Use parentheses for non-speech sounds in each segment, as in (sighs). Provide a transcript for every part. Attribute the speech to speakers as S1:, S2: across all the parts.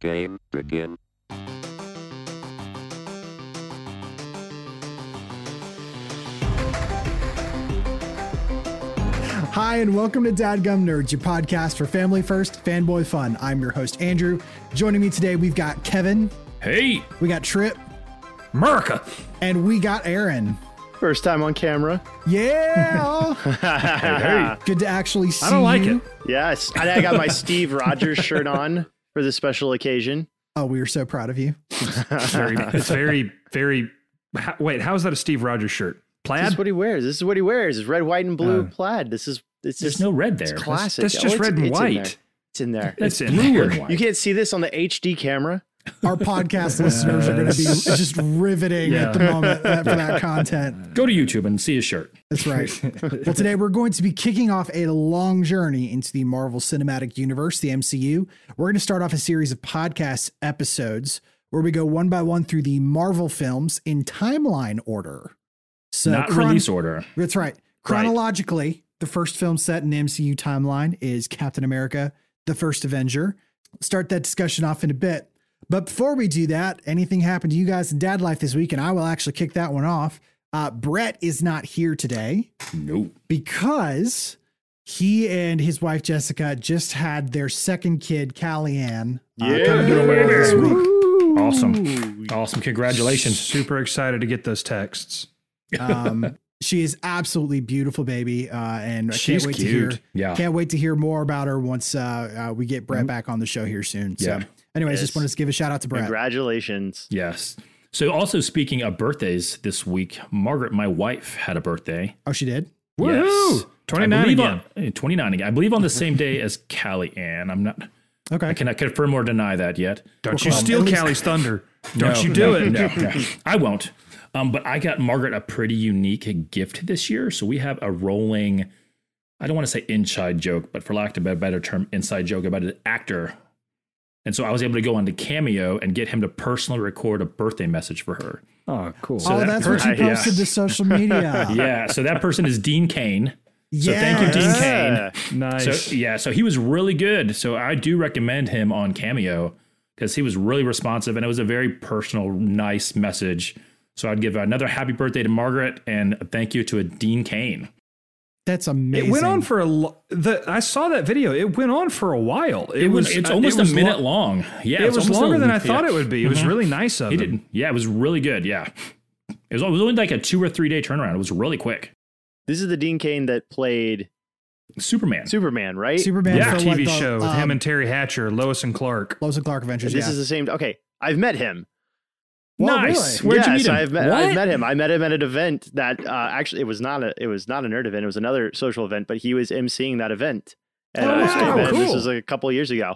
S1: Game begin.
S2: Hi, and welcome to Dadgum Nerds, your podcast for family first, fanboy fun. I'm your host, Andrew. Joining me today, we've got Kevin,
S3: Hey,
S2: we got Trip,
S3: America!
S2: and we got
S3: (laughs)
S2: Aaron.
S4: First time on camera.
S2: Yeah!
S3: Hey,
S2: Good to actually see
S3: I don't like
S2: you.
S3: it.
S4: Yes. (laughs) And I got my Steve Rogers shirt on for this special occasion.
S2: Oh, we are so proud of you.
S3: It's very, it's very, very. ha- Wait, how is that a Steve Rogers shirt?
S4: This is
S3: Plaid?
S4: what he wears. This is what he wears. It's red, white, and blue
S3: Uh,
S4: plaid. This is it's
S5: There's
S4: just,
S5: no red
S4: it's
S5: there.
S4: classic.
S3: That's
S4: Oh,
S3: just
S4: it's-
S3: red and
S4: it's in there.
S3: white.
S4: It's in there.
S3: That's
S5: It's
S3: in
S5: blue
S3: there.
S5: and white.
S4: You can't see this on the HD camera.
S2: Our
S3: (laughs)
S2: podcast listeners are going to be
S3: Yes.
S2: just riveting at the
S3: Yeah.
S2: moment that- for that content.
S5: Go to YouTube and see his shirt.
S2: That's
S5: (laughs)
S2: right. Well, today we're going to be kicking off a long journey into the Marvel Cinematic Universe, the MCU. We're going to start off a series of podcast episodes where we go one by one through the Marvel films in timeline order. So,
S5: Not
S2: chron-
S5: release order.
S2: That's right. Chronologically, the first film set in the MCU timeline is Captain America, The First Avenger. Start that discussion off in a bit. But before we do that, anything happened to you guys in dad life this week? And I will actually kick that one off. Uh, Brett is not here today
S5: Nope.
S2: because he and his wife Jessica just had their second kid, Callie-Ann, uh, come to the world this week. (laughs)
S5: Awesome.
S4: Ooh.
S5: Awesome. Congratulations.
S3: Super excited to get those texts.
S2: Um, she is absolutely beautiful, baby, uh, and I
S3: She's
S2: can't wait
S3: cute.
S2: to hear.
S5: Yeah.
S2: Can't wait to hear more about her once uh, uh, we get Brett back on the show here soon. So,
S5: Yeah.
S2: anyways, just
S4: Yes.
S2: wanted to give a shout out to Brett.
S4: Congratulations.
S5: Yes. So, also speaking of birthdays this week, Margaret, my wife, had a birthday.
S2: Oh, she did.
S3: Woohoo! 29
S5: I believe
S3: again.
S5: on- eh, 29 again. I believe on the same day as Callie Ann. I'm not,
S2: Okay.
S5: I cannot confirm or deny that yet.
S3: Don't
S2: Well,
S3: you
S2: um,
S3: steal
S2: at least-
S3: Callie's thunder. Don't
S5: No,
S3: you do
S5: no,
S3: it. (laughs)
S5: No, no. I won't. Um, but I got Margaret a pretty unique gift this year. So we have a rolling, I don't want to say inside joke, but for lack of a better term, inside joke about an actor. And so I was able to go on to Cameo and get him to personally record a birthday message for her.
S3: Oh, cool.
S2: oh,
S5: that
S2: that's what you
S5: person- yeah.
S2: posted to social media.
S5: Yeah. So that person is Dean Kane. So thank you,
S2: Yes.
S5: Dean
S4: Yeah.
S5: Kane.
S3: nice.
S5: So yeah, so he was really good. So I do recommend him on Cameo because he was really responsive and it was a very personal, nice message. So I'd give another happy birthday to Margaret and a thank you to a Dean Kane.
S2: That's amazing.
S3: It went on for a lo- the I saw that video. It went on for a while. It,
S5: It
S3: was
S5: was it's
S3: uh,
S5: almost
S3: it was
S5: a minute
S3: lo-
S5: long. Yeah,
S3: It was longer than I thought
S5: it
S3: it would be. It was really nice of
S5: Mm-hmm. He
S3: him.
S5: did. Yeah, it was really good. Yeah. It was, it was only like a two or three day turnaround. It was really quick.
S4: This is the Dean Kane that played
S5: Superman.
S4: Superman, right?
S2: Superman
S3: Yeah,
S2: for
S3: TV
S2: what, the,
S3: show with
S2: um,
S3: him and Terry Hatcher, Lois and Clark.
S2: Lois and Clark Adventures.
S4: This
S2: yeah.
S4: is the same. Okay. I've met him.
S2: Well,
S5: nice.
S2: really?
S4: yes,
S5: Where'd you meet him?
S4: I've met, I've
S5: What?
S4: met him. I met him at an event that uh, actually it was not a it was not a nerd event. It was another social event, but he was emceeing that event. And
S3: Oh,
S4: I was
S3: wow,
S4: with him. This
S3: cool. Oh,
S4: was like a couple years ago.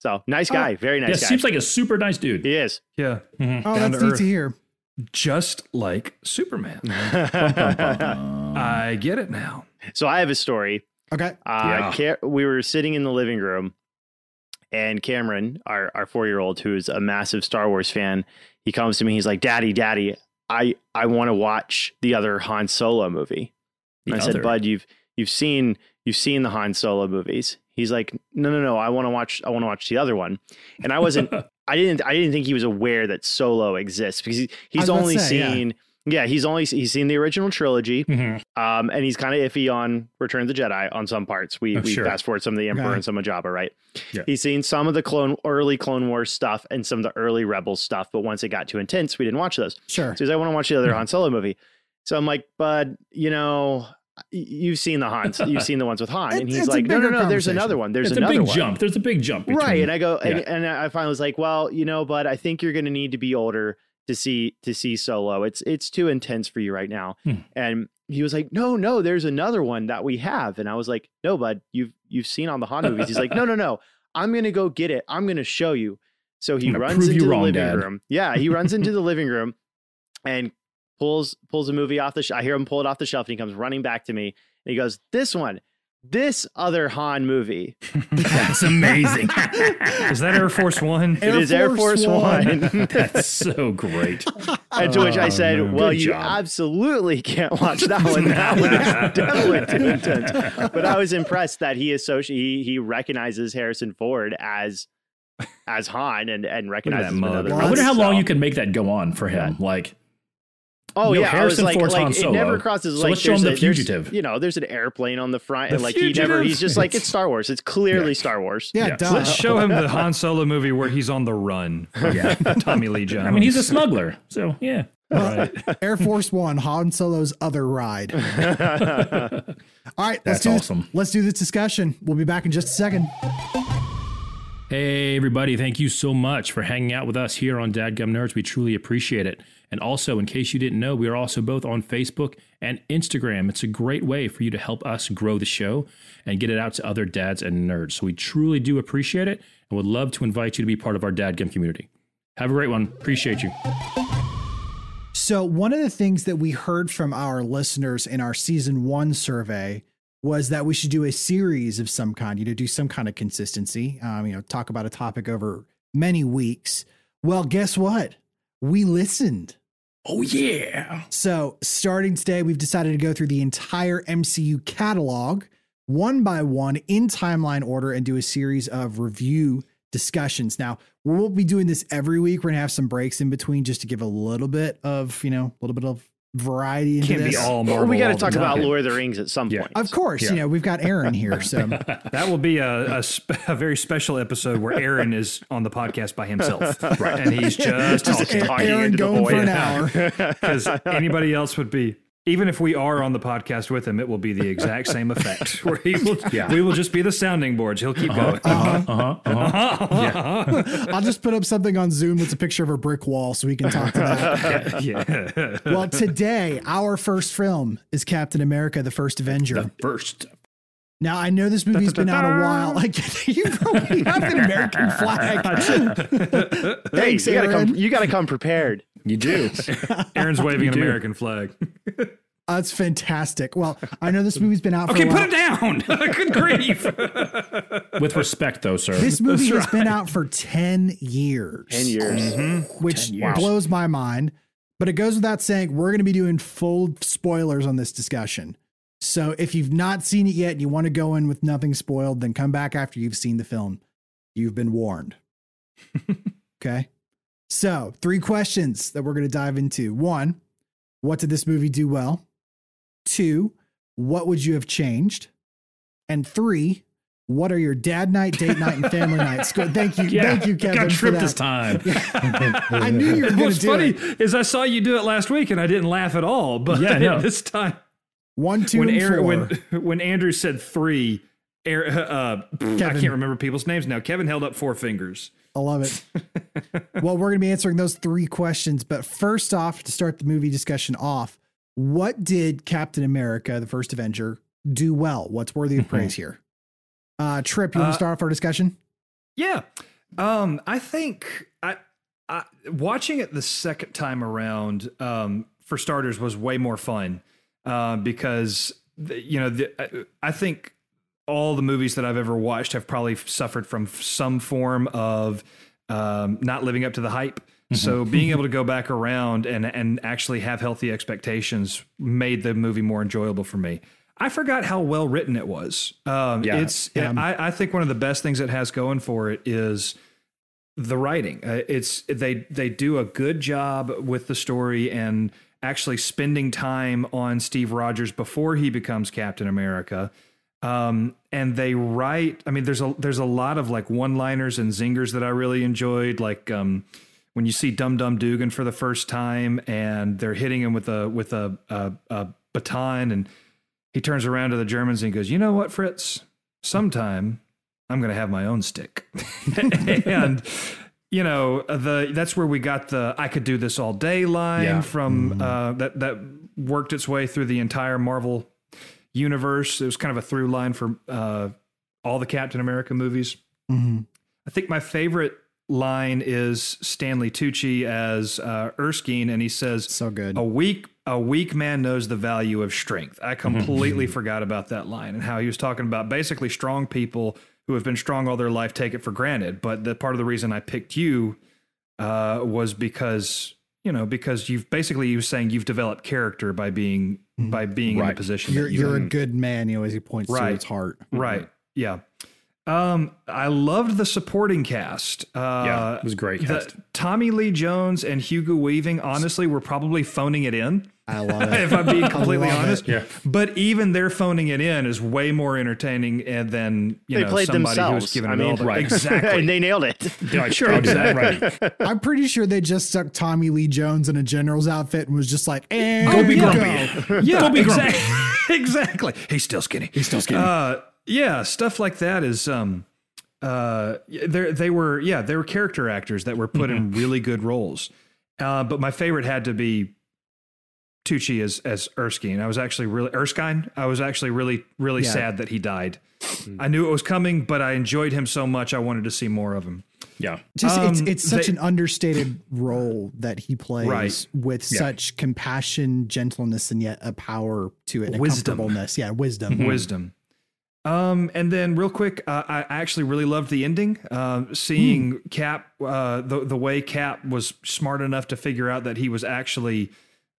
S4: So nice guy, very
S5: yeah,
S4: nice guy.
S5: seems like a super nice dude.
S4: he
S5: (laughs)
S4: is.
S3: Yeah,
S2: oh,
S3: down
S2: that's
S3: to
S2: neat
S3: earth.
S2: to hear.
S3: Mm-hmm. just like Superman. I get it now.
S4: so I have a story.
S2: Okay.
S4: Uh,
S5: Yeah.
S4: Ca- we were sitting in the living room, and Cameron, our our four year old, who's a massive Star Wars fan, he comes to me. He's like, "Daddy, Daddy, I I want to watch the other Han Solo movie."
S5: The
S4: I
S5: other.
S4: said, "Bud, you've you've seen you've seen the Han Solo movies." He's like, "No, no, no. I want to watch. I want to watch the other one." And I wasn't. I didn't. I didn't think he was aware that Solo exists because he, he's
S2: was about to
S4: only
S2: say, yeah.
S4: seen. Yeah. he's only he's seen the original trilogy,
S5: Mhm.
S4: um, and he's kind of iffy on Return of the Jedi on some parts. We
S5: Oh,
S4: we
S5: sure.
S4: fast forward some of the Emperor
S2: Okay.
S4: and some of Jabba, right?
S5: Yeah.
S4: He's seen some of the clone early Clone Wars stuff and some of the early Rebels stuff, but once it got too intense, we didn't watch those.
S2: Sure.
S4: So he's like, I want to
S2: (laughs)
S4: watch the other Han Solo movie. So I'm like, bud, you know, y- you've seen the Hans,
S2: (laughs)
S4: you've seen the ones with Han, and
S2: It's-
S4: he's
S2: it's a
S4: like, no, no,
S2: bigger
S4: no, there's
S2: conversation.
S4: another one. There's
S5: it's a
S4: another
S5: big
S4: one.
S5: jump. There's a big jump. between-
S4: Right. And I go, and,
S5: yeah.
S4: and I finally was like, well, you know, bud, I think you're going to need to be older to see, to see solo. It's, it's too intense for you right now.
S5: Hmm.
S4: And he was like, no, no, there's another one that we have. And I was like, no, bud, you've, you've seen all the Han movies. He's like,
S5: (laughs)
S4: no, no, no, I'm going to go get it. I'm going to show you. So he
S5: I'm gonna
S4: runs
S5: prove you
S4: into the
S5: wrong,
S4: living
S5: Dad.
S4: room. Yeah. He runs
S5: (laughs)
S4: into the living room and pulls, pulls a movie off the, sh- I hear him pull it off the shelf and he comes running back to me and he goes, this one, this other Han movie.
S5: That's amazing.
S3: (laughs) Is that Air Force
S5: (laughs)
S3: One?
S4: It is Air Force One. (laughs)
S5: That's so great.
S3: (laughs)
S4: And to which I
S3: Oh,
S4: said,
S3: no.
S4: Well,
S5: Good
S4: you
S5: job.
S4: absolutely can't watch that
S5: (laughs)
S4: one. That one is definitely too intense. But I was impressed that he associate he, he recognizes Harrison Ford as as Han and and
S5: Look at that
S4: recognizes him in
S5: mug.
S4: other
S5: I wonder how
S4: movies,
S5: long
S4: so-
S5: you can make that go on for him. Like,
S4: Oh
S5: Neil
S4: yeah,
S5: Harrison
S4: I was like,
S5: Ford's
S4: like,
S5: Han Solo.
S4: it never crosses
S5: So
S4: like
S5: let's show him
S4: there's a-
S5: The
S4: there's-
S5: Fugitive.
S4: You know, there's an airplane on the front, and
S5: The
S4: like he never.
S5: Fugitive.
S4: He's just like
S5: It's-
S4: it's Star Wars. It's clearly Star Wars.
S2: Yeah,
S5: Yeah.
S2: duh.
S3: Let's show him the Han Solo movie where he's on the run.
S5: yeah.
S3: (laughs) Tommy Lee Jones.
S5: I mean, he's a smuggler. So, yeah.
S3: right.
S2: Air Force One, Han Solo's other ride. All right, let's
S5: That's
S2: do this-
S5: awesome.
S2: Let's do this discussion. We'll be back in just a second.
S5: Hey, everybody. Thank you so much for hanging out with us here on Dadgum Nerds. We truly appreciate it. And also, in case you didn't know, we are also both on Facebook and Instagram. It's a great way for you to help us grow the show and get it out to other dads and nerds. So, we truly do appreciate it and would love to invite you to be part of our Dadgum community. Have a great one. Appreciate you.
S2: So, one of the things that we heard from our listeners in our season one survey was that we should do a series of some kind, you know, do some kind of consistency, um, you know, talk about a topic over many weeks. Well, guess what? We listened.
S5: Oh, yeah.
S2: So, starting today, we've decided to go through the entire MCU catalog one by one in timeline order and do a series of review discussions. Now, we won't be doing this every week. We're going to have some breaks in between just to give a little bit of, you know, a little bit of variety into
S3: Can't
S2: this.
S3: be all
S4: Well,
S3: Marvel.
S4: Oh, we got
S3: got
S4: to talk about Lord of the Rings at some
S5: Yeah.
S4: point.
S2: of course, you
S5: Yeah.
S2: know, we've got Aaron here.
S3: (laughs)
S2: So,
S3: That will be a, a, sp- a very special episode where Aaron is on the podcast by
S5: (laughs)
S3: himself, right? And he's just
S2: Just
S3: talking.
S2: Aaron going for an
S3: (laughs)
S2: hour.
S3: because anybody else would be even if we are on the podcast with him it will be the exact same effect (laughs) where he will
S5: Yeah.
S3: we will just be the sounding boards he'll keep going
S2: Uh-huh.
S5: Uh huh. Uh huh.
S3: (laughs)
S2: I'll just put up something on Zoom that's a picture of a brick wall so we can talk to that.
S3: (laughs) yeah
S2: well, today, our first film is Captain America, the First Avenger.
S5: First.
S2: Now I know this movie's been out a
S3: (laughs)
S2: while. Like (laughs) you probably have an American flag.
S4: hey,
S2: Thanks,
S4: you gotta
S2: Aaron.
S4: come. You gotta come prepared. (laughs)
S5: You do.
S3: aaron's waving an
S5: do.
S3: american flag
S2: That's fantastic. Well, I know this movie's been out.
S3: okay
S2: for a
S3: put (laughs)
S2: while.
S3: it down good grief
S5: With respect, though, sir.
S2: This movie has been out for ten years,
S4: Ten years.
S2: which
S5: 10 years.
S2: blows my mind. But it goes without saying, we're going to be doing full spoilers on this discussion. So if you've not seen it yet and you want to go in with nothing spoiled, then come back after you've seen the film. You've been warned.
S5: (laughs)
S2: okay. So, three questions that we're going to dive into. One, what did this movie do well? Two, what would you have changed? And three, what are your dad night, date night, and
S5: (laughs)
S2: family nights? Go- Thank you. Thank you, Kevin.
S5: Got
S2: for
S5: tripped
S2: that. (laughs)
S5: this time.
S2: I knew you were going
S3: what's
S2: to do
S3: funny
S2: it.
S3: is i saw you do it last week and i didn't laugh at all but (laughs)
S5: Yeah, I know.
S3: this time
S2: One, two,
S3: when
S2: and
S3: aaron
S2: four.
S3: when (laughs) when andrew said three Air, uh, I
S2: Kevin.
S3: can't remember people's names now. Kevin held up four fingers.
S2: I love it.
S3: (laughs)
S2: well, we're going to be answering those three questions. But first off, to start the movie discussion off, what did Captain America, the first Avenger, do well? What's worthy
S3: (laughs)
S2: of praise here? Uh, Trip, you want
S3: Uh,
S2: to start off our discussion?
S3: Yeah. Um, I think I, I watching it the second time around, um, for starters, was way more fun uh, because the, you know the, I, I think all the movies that I've ever watched have probably suffered from some form of um, not living up to the hype.
S5: Mm-hmm.
S3: So
S5: (laughs)
S3: being able to go back around and and actually have healthy expectations made the movie more enjoyable for me. I forgot how well written it was. Um,
S5: Yeah.
S3: It's I, I think one of the best things it has going for it is the writing. Uh, it's they they do a good job with the story and actually spending time on Steve Rogers before he becomes Captain America. Um, and they write. I mean, there's a there's a lot of like one liners and zingers that I really enjoyed. Like um, when you see Dum Dum Dugan for the first time and they're hitting him with a with a a, a baton and he turns around to the Germans and he goes, "You know what, Fritz? Sometime I'm going to have my own stick." (laughs) and you know, the that's where we got the "I could do this all day" line
S5: Yeah.
S3: from uh, that that worked its way through the entire Marvel universe. It was kind of a through line for uh, all the Captain America movies. mm-hmm.
S2: Mhm.
S3: I think my favorite line is Stanley Tucci as uh, Erskine, and he says,
S2: So good.
S3: a weak a weak man knows the value of strength.
S2: Mm-hmm.
S3: I completely forgot about that line and how he was talking about basically strong people who have been strong all their life take it for granted. But the part of the reason I picked you uh, was because you know because you've basically you was saying you've developed character by being by being in
S5: Right.
S3: the position
S2: Mm-hmm. you're
S3: that you (laughs)
S5: Mm-hmm.
S2: you're a good man. You know, as he points to
S3: Right.
S2: its heart.
S3: Right. Yeah. Um, I loved the supporting cast. Uh,
S5: Yeah, it was a great
S3: the-
S5: cast.
S3: Tommy Lee Jones and Hugo Weaving, honestly, were probably phoning it in.
S2: I love it.
S3: If I'm
S5: (laughs)
S3: being completely
S2: love it.
S3: honest,
S5: Yeah.
S3: But even their phoning it in is way more entertaining and than you
S4: They
S3: know
S4: played
S3: somebody who was
S4: themselves.
S3: giving
S4: I
S3: it
S4: mean,
S3: all. the-
S5: right.
S4: and
S3: Exactly.
S4: (laughs) they nailed it.
S5: They're like, sure, I'll do Oh, that. Right.
S2: I'm pretty sure they just stuck Tommy Lee Jones in a general's outfit and was just like, and
S5: Go be
S2: go.
S5: grumpy.
S3: yeah,
S5: Don't be grumpy.
S3: exactly. (laughs) exactly. He's still skinny. He's
S5: still skinny.
S3: Uh, yeah, stuff like that is um uh they they were yeah, they were character actors that were put
S5: Mm-hmm.
S3: in really good roles. Uh, but my favorite had to be Tucci as as Erskine. I was actually really Erskine. I was actually really really
S2: Yeah.
S3: sad that he died.
S5: Mm-hmm.
S3: I knew it was coming, but I enjoyed him so much I wanted to see more of him.
S5: Yeah.
S2: Just it's,
S3: Um,
S2: it's such
S3: they-
S2: an understated role that he plays
S3: Right.
S2: with
S5: Yeah.
S2: such compassion, gentleness, and yet a power to it, and
S3: Wisdom. Mm-hmm.
S2: a comfortableness. Yeah, wisdom.
S5: Hmm.
S3: wisdom. Um, and then real quick, uh, I I actually really loved the ending. Um, seeing
S5: Hmm.
S3: Cap, uh, the the way Cap was smart enough to figure out that he was actually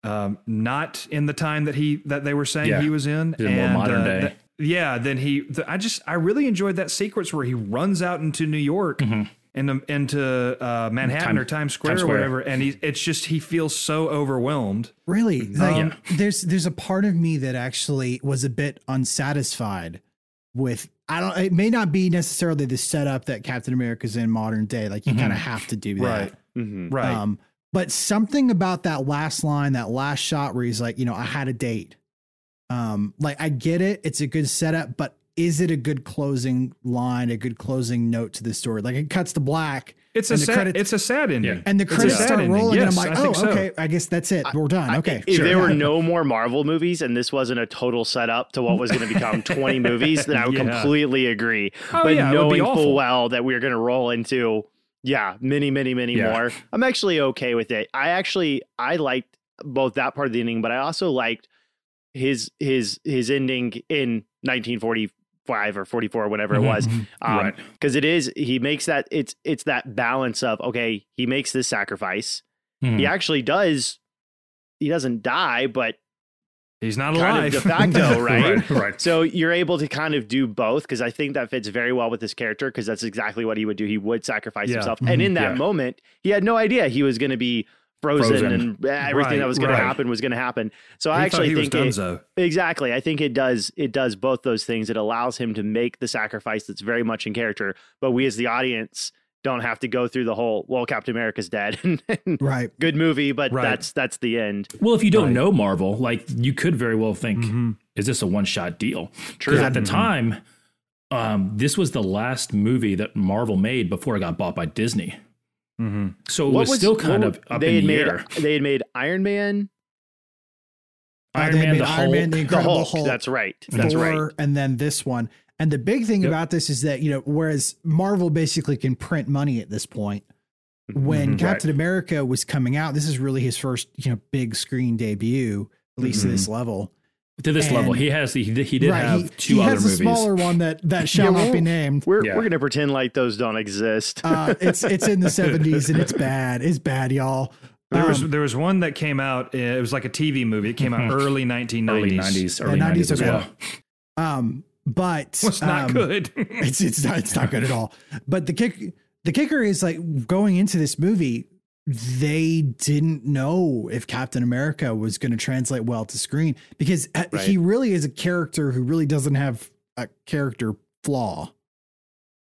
S3: um, not in the time that he that they were saying
S5: Yeah.
S3: he was in, uh,
S5: In a more modern day.
S3: th- yeah, then he. The, I just I really enjoyed that sequence where he runs out into New York and um, into uh, Manhattan
S5: Mm-hmm. Time-
S3: or Times Square,
S5: Times Square.
S3: or whatever, and he, it's just he feels so overwhelmed.
S2: Really,
S3: Mm-hmm.
S2: like,
S5: Yeah.
S2: there's there's a part of me that actually was a bit unsatisfied with. I don't. It may not be necessarily the setup that Captain America's in modern day. Like you kind of have to do that.
S3: Mm-hmm. Right.
S4: Mhm.
S3: Right.
S2: Um, but something about that last line, that last shot where he's like, you know, I had a date. Um, like I get it, it's a good setup, but is it a good closing line, a good closing note to the story? Like it cuts to black
S3: it's a
S2: and the
S3: sad,
S2: credits-
S3: it's a sad ending.
S2: and the
S3: It's a
S2: credits
S3: sad
S2: start
S3: ending.
S2: rolling,
S3: Yes,
S2: and
S3: I
S2: I'm like,
S3: think
S2: oh,
S3: so.
S2: okay, I guess that's it. We're done.
S4: I-
S2: okay.
S4: if
S2: sure.
S4: there were
S2: Yeah.
S4: no more Marvel movies and this wasn't a total setup to what was going to become 20 movies, then I would
S3: Yeah.
S4: completely agree.
S3: Oh,
S4: but
S3: yeah, it would be
S4: knowing full
S3: awful.
S4: well that we are going to roll into, yeah, many, many, many
S5: Yeah.
S4: more, I'm actually okay with it. I actually, I liked both that part of the ending, but I also liked his his his ending in 1945 or 44 (laughs) whatever it was
S5: Mhm.
S4: um,
S5: right.
S4: because it is he makes that it's it's that balance of okay he makes this sacrifice
S5: Mhm.
S3: Mm-hmm.
S4: he actually does he doesn't die but
S3: He's not
S4: Kind of
S3: alive (laughs)
S4: de facto, right?
S5: Right. right.
S4: so you're able to kind of do both because i think that fits very well with this character because that's exactly what he would do he would sacrifice
S3: Yeah.
S4: himself and in that
S5: Yeah.
S4: moment he had no idea he was going to be frozen,
S5: Frozen.
S4: and everything
S3: Right,
S4: that was going
S5: right.
S4: to happen was going to happen so
S3: He
S4: i
S3: thought
S4: actually
S3: he
S4: think it,
S3: was Dunzo.
S4: Exactly. I think it does it does both those things. It allows him to make the sacrifice that's very much in character, but we as the audience don't have to go through the whole well Captain America's dead. (laughs)
S2: Right.
S4: Good movie, but
S3: Right.
S4: that's that's the end.
S5: Well, if you don't
S3: Right.
S5: know Marvel, like you could very well think,
S4: Mm-hmm.
S5: is this a one shot deal? Because at the time, um, this was the last movie that Marvel made before it got bought by Disney.
S3: Mm-hmm.
S5: So it was, still kind
S4: what
S5: of
S4: were-
S5: up
S4: they
S5: in the
S4: had made
S5: air.
S4: they had made Iron Man,
S2: Uh,
S5: Iron
S2: they
S5: Man,
S2: made
S5: the
S2: Iron Man,
S5: Hulk,
S2: the
S5: the
S4: the
S2: Incredible
S4: Hulk. That's right. That's right.
S2: Thor, and then this one. And the big thing
S3: Yep.
S2: about this is that, you know, whereas Marvel basically can print money at this point, when
S5: Mhm.
S2: Captain America was coming out, this is really his first, you know, big screen debut, at least to this level.
S5: To this level,
S2: And-
S5: he has he, did- he did have
S2: he,
S5: two
S2: he
S5: other
S2: has
S5: movies.
S2: a smaller one that that shall
S4: Yeah,
S2: not be
S4: well-
S2: named.
S4: We're
S5: Yeah.
S4: we're gonna pretend like those don't exist.
S2: Uh, it's it's in the seventies and it's bad. It's bad, y'all.
S3: There was
S2: Um,
S3: there was one that came out. uh, It was like a TV movie. It came (laughs) out early 1990s.
S5: early
S3: (laughs)
S5: nineties, early
S2: 90s,
S5: nineties as
S2: okay.
S5: well.
S2: um, but
S3: Well, it's not
S2: um,
S3: good. (laughs)
S2: It's it's not it's not good at all. But the kick the kicker is like going into this movie, they didn't know if Captain America was going to translate well to screen because uh,
S4: Right.
S2: he really is a character who really doesn't have a character flaw.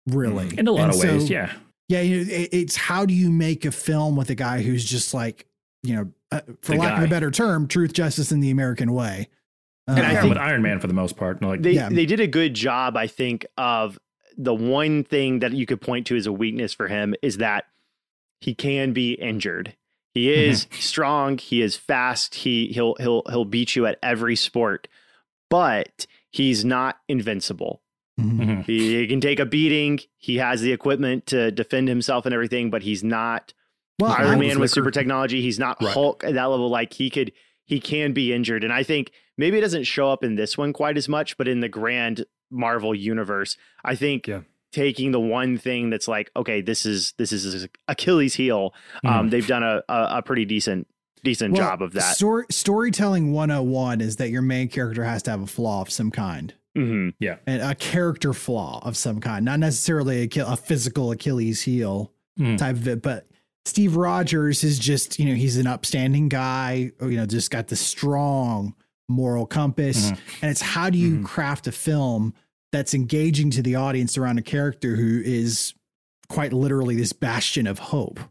S2: Really,
S5: Mm, In a lot
S2: And
S5: of
S2: so-
S5: ways, yeah.
S2: yeah. You know, it, it's how do you make a film with a guy who's just like you know, uh, for
S5: The
S2: lack of
S5: guy.
S2: a better term, truth, justice, and the American way.
S5: And
S2: Uh,
S5: I
S4: think-
S5: with Iron Man for the most part, like
S4: they
S2: Yeah.
S4: they did a good job, I think, of the one thing that you could point to as a weakness for him is that he can be injured. He is strong, he is fast, he he'll he'll he'll beat you at every sport, but he's not invincible.
S2: mhm.
S5: mhm.
S4: He, he can take a beating, he has the equipment to defend himself and everything, but he's not
S2: Well,
S3: I-
S4: Iron Man with
S3: Liquor.
S4: super technology. He's not
S5: Right.
S4: Hulk at that level. Like he could, he can be injured. And I think maybe it doesn't show up in this one quite as much, but in the grand Marvel universe, I think
S3: Yeah.
S4: taking the one thing that's like, okay, this is this is his Achilles heel. Um, they've done a, a a pretty decent decent
S2: Well,
S4: job of that.
S2: oh stor- storytelling 101 is that your main character has to have a flaw of some kind.
S4: hmm
S2: and a character flaw of some kind, not necessarily a, kill, a physical Achilles heel
S5: Mm.
S2: type of it, but Steve Rogers is just, you know, he's an upstanding guy, or, you know, just got this strong moral compass.
S5: Mhm.
S2: And it's how do you
S3: Mhm.
S2: craft a film that's engaging to the audience around a character who is quite literally this bastion of hope?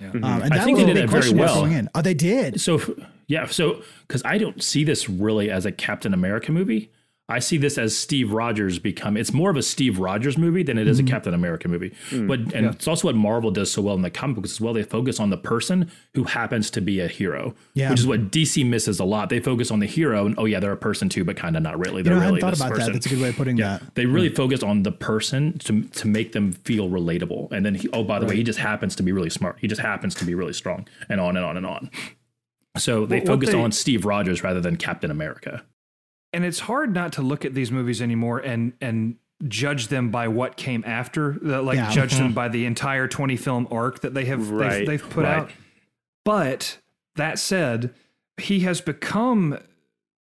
S3: Yeah.
S4: Mhm.
S2: Um, and
S5: I
S2: that
S5: think
S2: was
S5: they
S2: a
S5: did
S2: big
S5: it very
S2: question mark
S5: well.
S2: going in. Oh, they did.
S5: So, f- yeah, so because I don't see this really as a Captain America movie. I see this as Steve Rogers become. It's more of a Steve Rogers movie than it is
S2: Mhm.
S5: a Captain America movie.
S4: Mm.
S5: But and
S3: Yeah.
S5: it's also what Marvel does so well in the comic books as well. They focus on the person who happens to be a hero,
S2: Yeah.
S5: which is what DC misses a lot. They focus on the hero and oh yeah, they're a person too, but kind of not really.
S2: You
S5: They're
S2: know, I hadn't
S5: really
S2: thought
S5: this
S2: about
S5: person.
S2: that. That's a good way of putting
S3: Uh, (laughs)
S2: that.
S5: They really
S3: mm.
S5: focus on the person to to make them feel relatable. And then he, oh by the way, he just happens to be really smart. He just happens to be really strong, and on and on and on. So they
S3: What- what
S5: focus
S3: they-
S5: on Steve Rogers rather than Captain America.
S3: and it's hard not to look at these movies anymore and and judge them by what came after the, like
S2: Yeah.
S3: judge them by the entire 20 film arc that they have
S4: Right.
S3: they've, they've put
S5: Right.
S3: out but that said he has become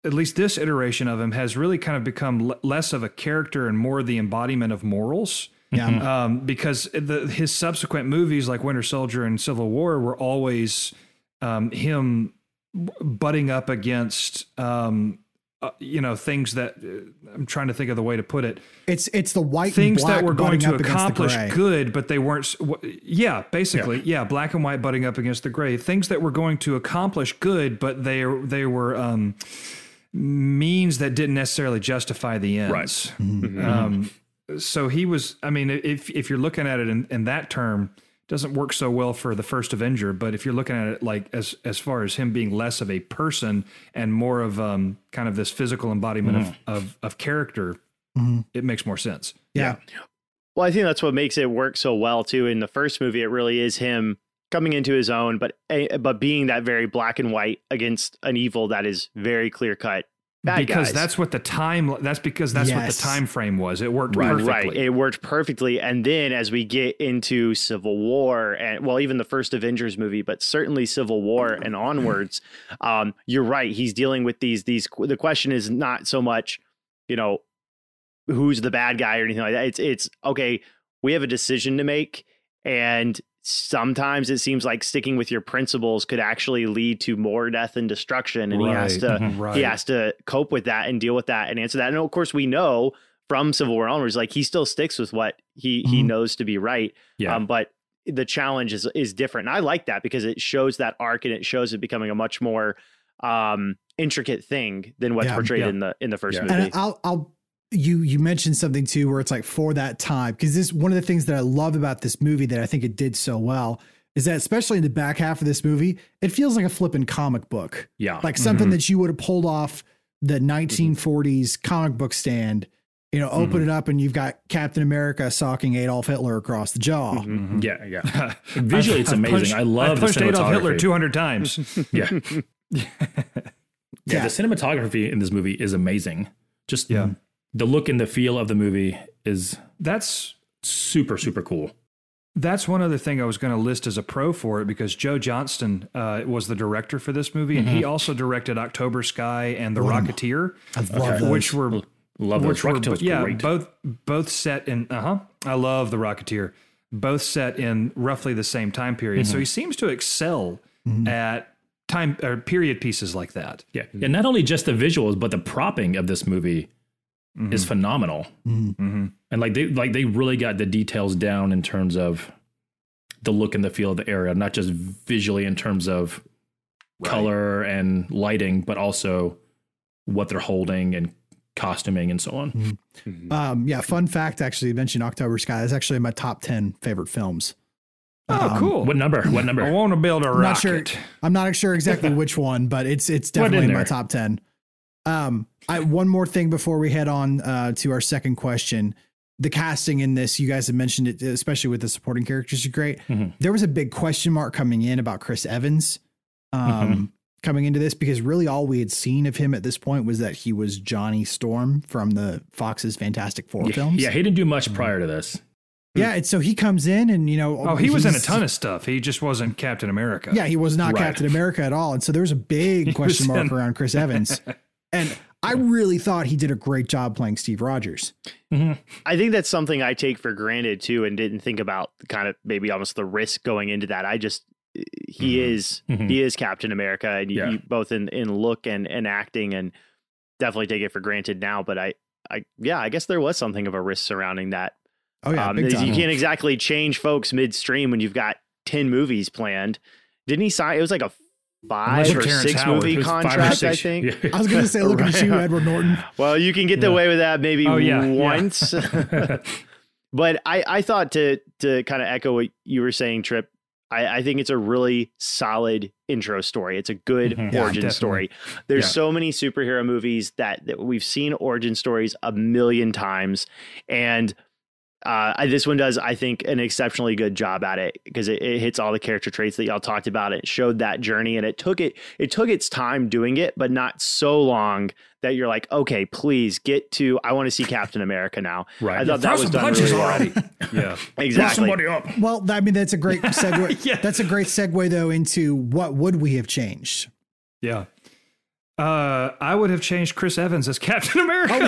S3: at least this iteration of him has really kind of become l- less of a character and more the embodiment of morals
S2: Yeah.
S3: um, because the, his subsequent movies like Winter Soldier and Civil War were always um, him b- butting up against um, uh, you know things that uh, I'm trying to think of the way to put it
S2: It's it's the white
S3: things
S2: and black
S3: that were going
S2: butting
S3: to
S2: up against the
S3: accomplish
S2: gray.
S3: good but they weren't s- w- yeah basically yeah. black and white butting up against the gray things that were going to accomplish good but they they were um, means that didn't necessarily justify the ends
S5: Right.
S2: Mm-hmm.
S3: um, so he was. I mean, if if you're looking at it in, in that term, doesn't work so well for the first Avenger. But if you're looking at it like as as far as him being less of a person and more of um kind of this physical embodiment
S2: Mm.
S3: of, of of character,
S2: Mhm.
S3: it makes more sense.
S2: Yeah.
S4: Well, I think that's what makes it work so well too. In the first movie, it really is him coming into his own, but eh, but being that very black and white against an evil that is very clear cut bad
S3: because
S4: guys.
S3: that's what the time. That's because that's what
S2: Yes.
S3: the time frame was. It worked
S5: Right.
S3: perfectly.
S4: right. It worked perfectly. And then as we get into Civil War and well, even the first Avengers movie, but certainly Civil War and onwards, um, you're right. He's dealing with these these. The question is not so much, you know, who's the bad guy or anything like that. It's it's okay. We have a decision to make, and sometimes it seems like sticking with your principles could actually lead to more death and destruction. And he has
S3: Right.
S4: to
S3: Right.
S4: he has to cope with that and deal with that and answer that. And of course, we know from Civil War onwards, like he still sticks with what he he
S2: Mhm.
S4: knows to be right.
S5: Yeah.
S4: Um, but the challenge is is different, and I like that because it shows that arc and it shows it becoming a much more um intricate thing than what's
S2: Yeah,
S4: portrayed
S3: yeah.
S4: in the in the first
S5: Yeah.
S4: movie.
S2: And I'll I'll you you mentioned something too where it's like for that time because this one of the things that I love about this movie that I think it did so well is that especially in the back half of this movie it feels like a flippin' comic book
S5: Yeah.
S2: like something
S3: Mhm.
S2: that you would have pulled off the
S3: Mm-hmm.
S2: 1940s comic book stand you know open
S3: Mm-hmm.
S2: it up and you've got Captain America socking Adolf Hitler across the jaw
S3: Mhm.
S5: yeah, yeah. (laughs)
S3: I've-
S5: Visually, it's
S3: I've
S5: amazing.
S3: punched-
S5: I love
S3: I've
S5: the
S3: pushed Adolf Hitler
S5: cinematography.
S3: 200 times.
S5: (laughs)
S3: (laughs)
S5: Yeah. yeah,
S2: Yeah.
S5: The cinematography in this movie is amazing. Just
S3: Yeah.
S5: the look and the feel of the movie is
S3: That's
S5: super super cool.
S3: That's one other thing I was going to list as a pro for it because Joe Johnston uh, was the director for this movie, and
S5: Mm-hmm.
S3: he also directed October Sky and The Rocketeer,
S2: I love those.
S3: which were
S5: Love
S3: which
S5: those.
S3: were
S5: Rocktail's
S3: yeah
S5: great.
S3: both both set in uh huh. I love The Rocketeer, both set in roughly the same time period.
S5: Mm-hmm.
S3: So he seems to excel at time or period pieces like that.
S5: Yeah. And not only just the visuals, but the propping of this movie is phenomenal.
S2: Mm-hmm.
S5: And like they like they really got the details down in terms of the look and the feel of the area, not just visually in terms of color and lighting, but also what they're holding and costuming and so on.
S2: Mm-hmm. um yeah fun fact actually you mentioned October Sky that's actually my top 10 favorite films
S3: Oh,
S2: Um,
S3: cool.
S5: What number? What number?
S3: I want to build a
S2: I'm not sure.
S3: rocket.
S2: I'm not sure
S5: (laughs)
S2: exactly which one, but it's it's
S5: What in
S2: definitely in my
S5: there?
S2: top ten. Um, I one more thing before we head on uh, to our second question. The casting in this, you guys have mentioned it, especially with the supporting characters, are great.
S5: Mhm.
S2: There was a big question mark coming in about Chris Evans um,
S5: Mm-hmm.
S2: coming into this because really all we had seen of him at this point was that he was Johnny Storm from the Fox's Fantastic Four
S5: yeah,
S2: films.
S5: yeah, he didn't do
S2: Mm-hmm.
S5: much prior to this.
S2: yeah. And so he comes in, and you know,
S3: Oh, he was in a
S2: he's-
S3: ton of stuff. He just wasn't Captain America. (laughs)
S5: (laughs)
S2: Yeah, he was not
S5: Right.
S2: Captain America at all. And so there was a big
S3: He
S2: question
S3: (laughs) was
S2: mark
S3: in-
S2: around Chris Evans. and I really thought he did a great job playing Steve Rogers.
S4: I think that's something I take for granted too, and didn't think about kind of maybe almost the risk going into that. I just he
S3: Mm-hmm.
S4: is
S5: Mhm.
S4: he is Captain America, and you,
S5: Yeah.
S4: you both in in look and and acting, and definitely take it for granted now. But I I yeah, I guess there was something of a risk surrounding that.
S2: Oh yeah,
S4: um,
S2: big
S4: is
S2: time.
S4: you can't exactly change folks midstream when you've got ten movies planned. Didn't he sign? It was like a
S3: Unless
S4: five
S3: you're
S4: or
S3: Terrence
S4: six
S3: Howard,
S4: movie
S3: it was five or
S4: contract, I
S3: six,
S4: think.
S5: Yeah.
S2: I was
S4: (laughs)
S2: gonna say, looking at you, Edward Norton.
S4: Well, you can get
S5: Yeah.
S4: away with that maybe
S3: Oh, yeah, yeah. (laughs)
S4: once. (laughs) but I, I thought to to kind of echo what you were saying, Trip. I, I think it's a really solid intro story. It's a good
S5: Mhm.
S4: origin
S5: Yeah,
S3: definitely.
S4: story. There's
S5: Yeah.
S4: so many superhero movies that, that we've seen origin stories a million times, and uh, I, this one does, I think, an exceptionally good job at it because it, it hits all the character traits that y'all talked about. It showed that journey, and it took it it took its time doing it, but not so long that you're like, okay, please get to. I want to see Captain America now.
S5: Right.
S4: I thought that was
S5: Throw some
S4: done
S5: punches
S4: really well.
S5: already.
S3: (laughs) yeah.
S4: Exactly.
S5: Blow somebody up.
S2: Well, I mean, that's a
S3: (laughs)
S2: great segue.
S3: Yeah.
S2: That's a great segue though into what would we have
S3: (laughs)
S2: changed?
S3: Yeah. Uh, I would have changed Chris Evans as Captain
S5: Oh,
S3: America.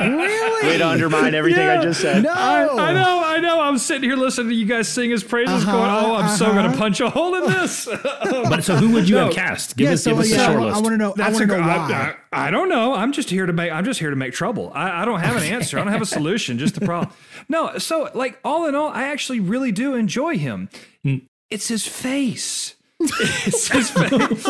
S2: Really?
S4: (laughs) Way to undermine everything I
S3: Yeah.
S4: just said.
S2: No,
S3: I, I know, I know. I'm sitting here listening to you guys sing his praises,
S2: Oh. Uh-huh,
S3: going, "Oh, I'm so going
S2: uh-huh.
S3: to punch a hole in this."
S2: (laughs)
S5: But so who would you
S3: No.
S5: have cast? Give
S2: yeah,
S5: us,
S2: so
S5: give us
S2: yeah,
S5: a short
S2: I,
S5: list.
S2: want to know. I want to
S3: a gr-
S2: know why.
S3: I, I- I don't know. I'm just here to make. I'm just here to make trouble. I, I don't have an answer. I don't have a solution. Just the problem. (laughs) No. So, like, all in all, I actually really do enjoy him. It's his face. (laughs) It's his face.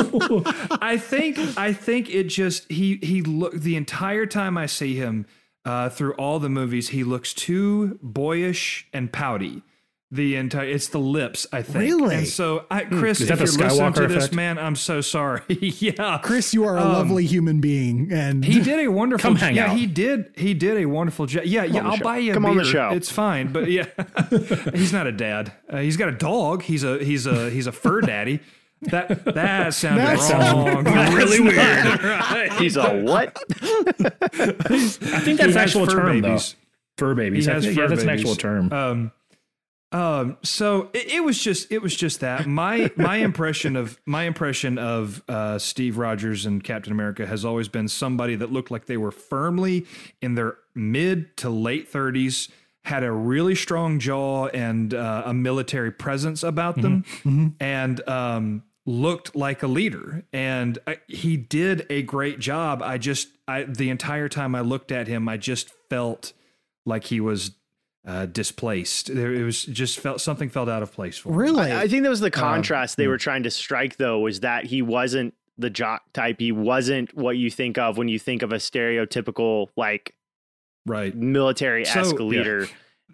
S3: (laughs) I think. I think it just he he look the entire time I see him uh, through all the movies. He looks too boyish and pouty. The entire it's the lips. I think.
S2: Really? Hmm.
S3: And so, I, Chris,
S5: Is
S3: if
S5: that
S3: you're
S5: the
S3: listening to
S5: Skywalker
S3: this,
S5: effect?
S3: man, I'm so sorry. (laughs) yeah,
S2: Chris, you are a lovely human being, and
S3: um, he did a wonderful
S5: Come hang
S3: yeah,
S5: out.
S3: he did he did a wonderful job. Yeah, yeah,
S4: on the
S3: I'll
S4: show.
S3: buy you a
S4: Come
S3: beer.
S4: on the show.
S3: It's fine, but yeah. (laughs) he's not a dad. Uh, he's got a dog. He's a he's a he's a fur daddy. That that sounded
S2: That sounded (laughs)
S5: (laughs)
S3: wrong. That's
S5: really
S3: not
S5: weird.
S3: right.
S4: He's a what?
S5: I think that's
S3: He
S5: an
S3: has
S5: actual
S3: fur
S5: term,
S3: babies.
S5: though. Fur babies.
S3: He
S5: I
S3: has
S5: think-
S3: fur
S5: yeah, that's an
S3: babies.
S5: actual term.
S3: Um um so it, it was just it was just that my my impression of my impression of uh Steve Rogers and Captain America has always been somebody that looked like they were firmly in their mid to late 30s had a really strong jaw and uh, a military presence about them and um looked like a leader and I, he did a great job i just i the entire time i looked at him i just felt like he was uh, displaced. There, it was just felt something felt out of place for. Him.
S2: really,
S4: I think that was the contrast they were trying to strike, though, was that he wasn't the jock type. He wasn't what you think of when you think of a stereotypical like
S3: Right.
S4: military esque
S3: So-
S4: leader.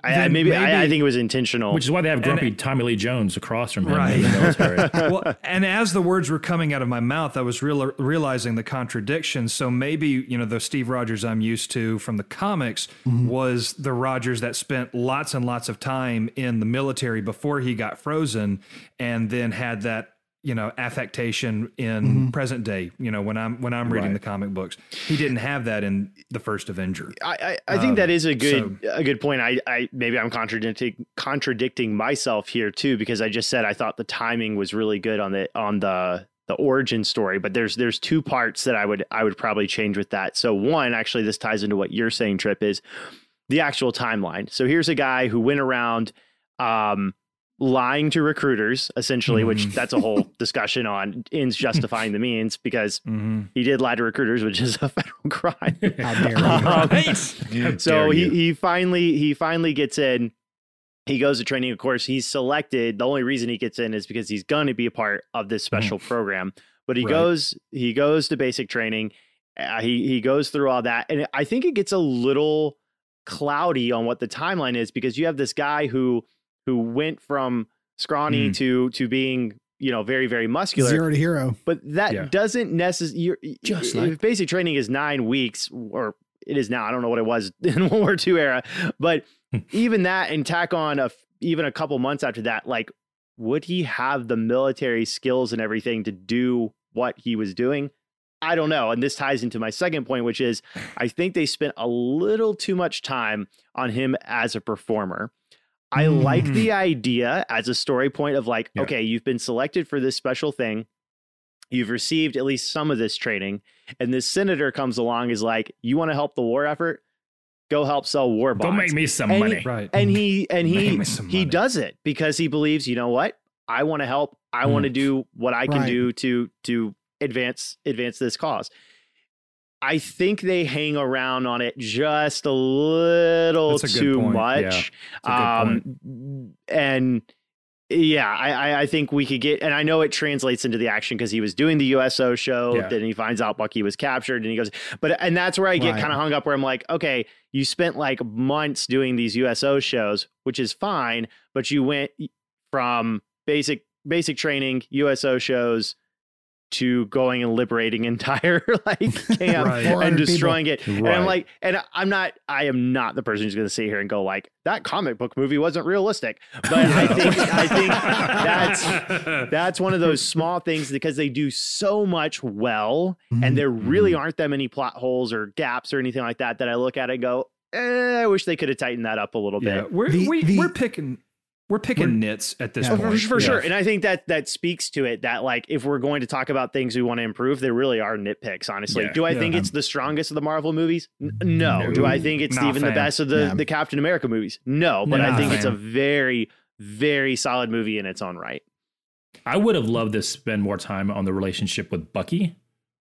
S4: I, I
S3: Then
S4: maybe, I, I
S3: maybe-
S4: think it was intentional.
S5: Which is why they have grumpy
S3: and-
S5: Tommy Lee Jones across from him
S3: Right.
S5: in the military.
S4: (laughs)
S3: well, and as the words were coming out of my mouth, I was real, realizing the contradiction. So maybe you know the Steve Rogers I'm used to from the comics
S4: Mm-hmm.
S3: was the Rogers that spent lots and lots of time in the military before he got frozen, and then had that you know affectation in
S4: Mm-hmm.
S3: present day. You know when I'm when I'm reading
S5: Right.
S3: the comic books, he didn't have that in the first Avenger.
S4: I, I, I think that is a good a good point. I, I maybe I'm contradicting contradicting myself here too because I just said I thought the timing was really good on the on the the origin story, but there's there's two parts that I would I would probably change with that. So one actually this ties into what you're saying, Trip, is the actual timeline. So here's a guy who went around um, lying to recruiters, essentially, which that's a whole discussion on ends justifying the means because
S3: Mm-hmm.
S4: he did lie to recruiters, which is a (laughs) federal crime.
S2: how dare you?
S4: Um,
S5: (laughs) How
S4: (laughs) so
S5: dare
S4: he,
S5: you.
S4: he finally he finally gets in. He goes to training. Of course, he's selected. The only reason he gets in is because he's going to be a part of
S5: Mm.
S4: this special program. But he
S3: Right.
S4: goes he goes to basic training. Uh, he he goes through all that, and I think it gets a little cloudy on what the timeline is because you have this guy who who went from scrawny
S5: Mm.
S4: to to being you know very very muscular
S2: Zero to hero.
S4: but that
S5: Yeah.
S4: doesn't necessarily.
S5: Just
S4: Just
S5: like
S4: if basic training is nine weeks, or it is now. I don't know what it was (laughs) in World War II era, but even that, and tack on a f- even a couple months after that, like would he have the military skills and everything to do what he was doing? I don't know. And this ties into my second point, which is I think they spent a little too much time on him as a performer. I like the idea as a story point of like,
S5: Yeah.
S4: okay, you've been selected for this special thing. You've received at least some of this training. And this senator comes along is like, you want to help the war effort? Go help sell war bonds.
S5: Don't make me some
S4: And
S5: money.
S4: he-
S3: Right.
S4: and he and
S5: Make
S4: he
S5: me some
S4: he
S5: money.
S4: does it because he believes you know what i want to help i want to
S3: Mm.
S4: do what i can
S2: Right.
S4: do to to advance advance this cause i think they hang around on it just a little
S3: That's a good
S4: too
S3: point.
S4: much
S3: Yeah. That's a good
S4: um and yeah, I, I I think we could get, and I know it translates into the action because he was doing the USO show.
S5: Yeah.
S4: Then he finds out Bucky was captured, and he goes, but and that's where I get
S2: Right.
S4: kind of hung up, where I'm like, okay, you spent like months doing these USO shows, which is fine, but you went from basic basic training USO shows to going and liberating (laughs) entire like camp
S3: Right.
S2: 400
S4: and
S2: people.
S4: destroying it. And I'm
S5: Right.
S4: like, and I'm not, I am not the person who's going to sit here and go like that comic book movie wasn't realistic. But I think,
S3: (laughs)
S4: I think that's that's one of those small things because they do so much well, and there
S5: Mm-hmm.
S4: really aren't that many plot holes or gaps or anything like that that I look at and go, eh, I wish they could have tightened that up a little
S3: yeah.
S4: bit.
S3: We're
S2: The-
S3: we,
S2: the-
S3: we're picking we're picking nits at this
S2: Yeah.
S4: For,
S3: point
S4: for
S3: Yeah.
S4: sure, and I think that that speaks to it. That like, if we're going to talk about things we want to improve, there really are nitpicks. Honestly,
S5: Yeah.
S4: do I
S3: Yeah.
S4: think it's the strongest of the Marvel movies? N- no.
S5: No.
S4: Do I think it's
S3: Nah,
S4: even
S3: fam.
S4: the best of the
S2: Yeah.
S4: the Captain America movies? No. But I
S5: Nah,
S4: think it's a
S3: fam.
S4: very very solid movie in its own right.
S5: I would have loved to spend more time on the relationship with Bucky,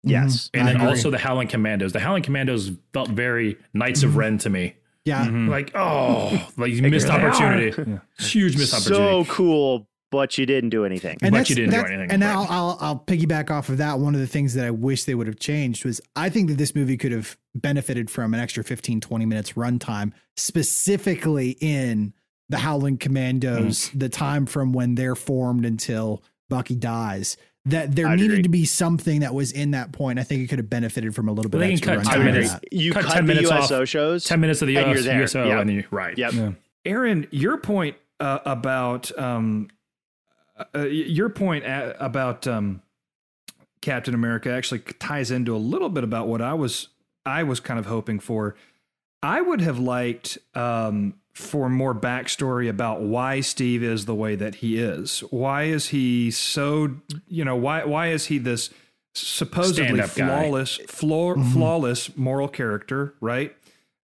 S2: Mm-hmm.
S4: Yes.
S5: and
S2: I
S5: then
S2: agree.
S5: also the Howling Commandos. The Howling Commandos felt very Knights of Ren to me.
S2: Yeah.
S3: Mhm.
S5: Like, oh, like missed
S4: They are.
S5: opportunity, huge missed
S4: So
S5: opportunity.
S4: cool, but you didn't do anything.
S5: But you didn't do
S2: that's-
S5: anything,
S2: And
S5: right.
S2: I'll, I'll I'll piggyback off of that. One of the things that I wish they would have changed was I think that this movie could have benefited from an extra 15, 20 minutes runtime, specifically in the Howling Commandos,
S5: Mm-hmm.
S2: the time from when they're formed until Bucky dies. That there
S4: I'd
S2: needed
S4: agree.
S2: to be something that was in that point. I think it could have benefited from a little bit
S5: They can
S2: extra
S5: cut
S2: runtime.
S5: ten
S2: on
S5: minutes.
S2: that.
S4: you
S5: cut
S4: cut,
S5: 10
S4: the
S5: minutes
S4: USO shows.
S5: Ten minutes of the
S4: And
S5: US,
S4: you're there.
S5: USO,
S4: Yep.
S5: and you right.
S4: Yep.
S3: Yeah. Aaron, your point uh, about um, uh, your point a- about um, Captain America actually ties into a little bit about what I was I was kind of hoping for. I would have liked um, for more backstory about why Steve is the way that he is. Why is he so? You know why why is he this supposedly
S5: Stand-up guy. Mm-hmm.
S3: flawless flaw, flawless moral character? Right?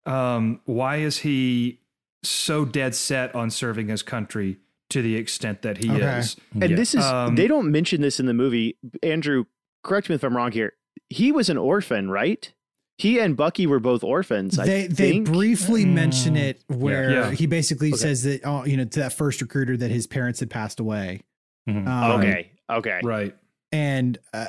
S3: Um, why is he so dead set on serving his country to the extent that he
S2: Okay.
S3: is?
S4: And
S5: Yeah.
S4: this is
S3: Um,
S4: they don't mention this in the movie. Andrew, correct me if I'm wrong here. He was an orphan, right? He and Bucky were both orphans.
S2: they they
S4: I think.
S2: briefly mention it where
S3: Yeah.
S2: he basically
S4: Okay.
S2: says that oh, you know to that first recruiter that his parents had passed away.
S5: Mhm.
S2: Um,
S4: okay, okay,
S3: Right.
S2: and uh,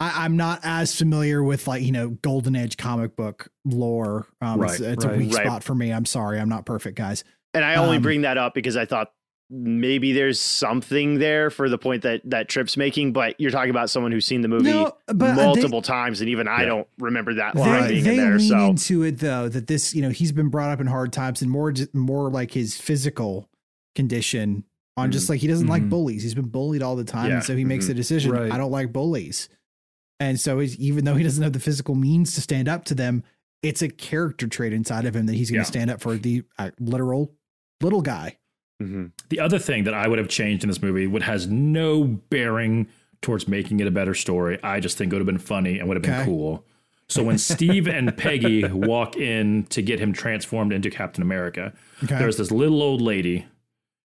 S2: I, I'm not as familiar with like you know golden age comic book lore. Um, it's,
S5: Right,
S2: it's a
S3: right,
S2: weak
S4: right.
S2: spot for me. I'm sorry, I'm not perfect, guys.
S4: And I only
S2: Um,
S4: bring that up because I thought maybe there's something there for the point that that Trip's making. But you're talking about someone who's seen the movie
S2: No, but, uh, they-
S4: multiple times, and even I
S5: Yeah.
S4: don't remember that
S2: They,
S4: line
S2: they
S4: being in there.
S2: lean
S4: So
S2: into it though that this you know he's been brought up in hard times and more just- more like his physical condition on just like he doesn't like
S3: Mhm.
S2: bullies. He's been bullied all the time,
S5: Mm-hmm. Yeah,
S2: and so he makes
S5: mhm.
S2: the decision.
S3: Right.
S2: I don't like bullies, and so he's, even though he doesn't have the physical means to stand up to them, it's a character trait inside of him that he's going
S5: Yeah.
S2: to stand up for the uh, literal little guy.
S4: Mhm.
S5: The other thing that I would have changed in this movie, what has no bearing towards making it a better story, I just think it would have been funny and would have been
S2: Okay.
S5: cool. So when Steve and
S2: (laughs)
S5: Peggy walk in to get him transformed into Captain America,
S2: Okay.
S5: there's this little old lady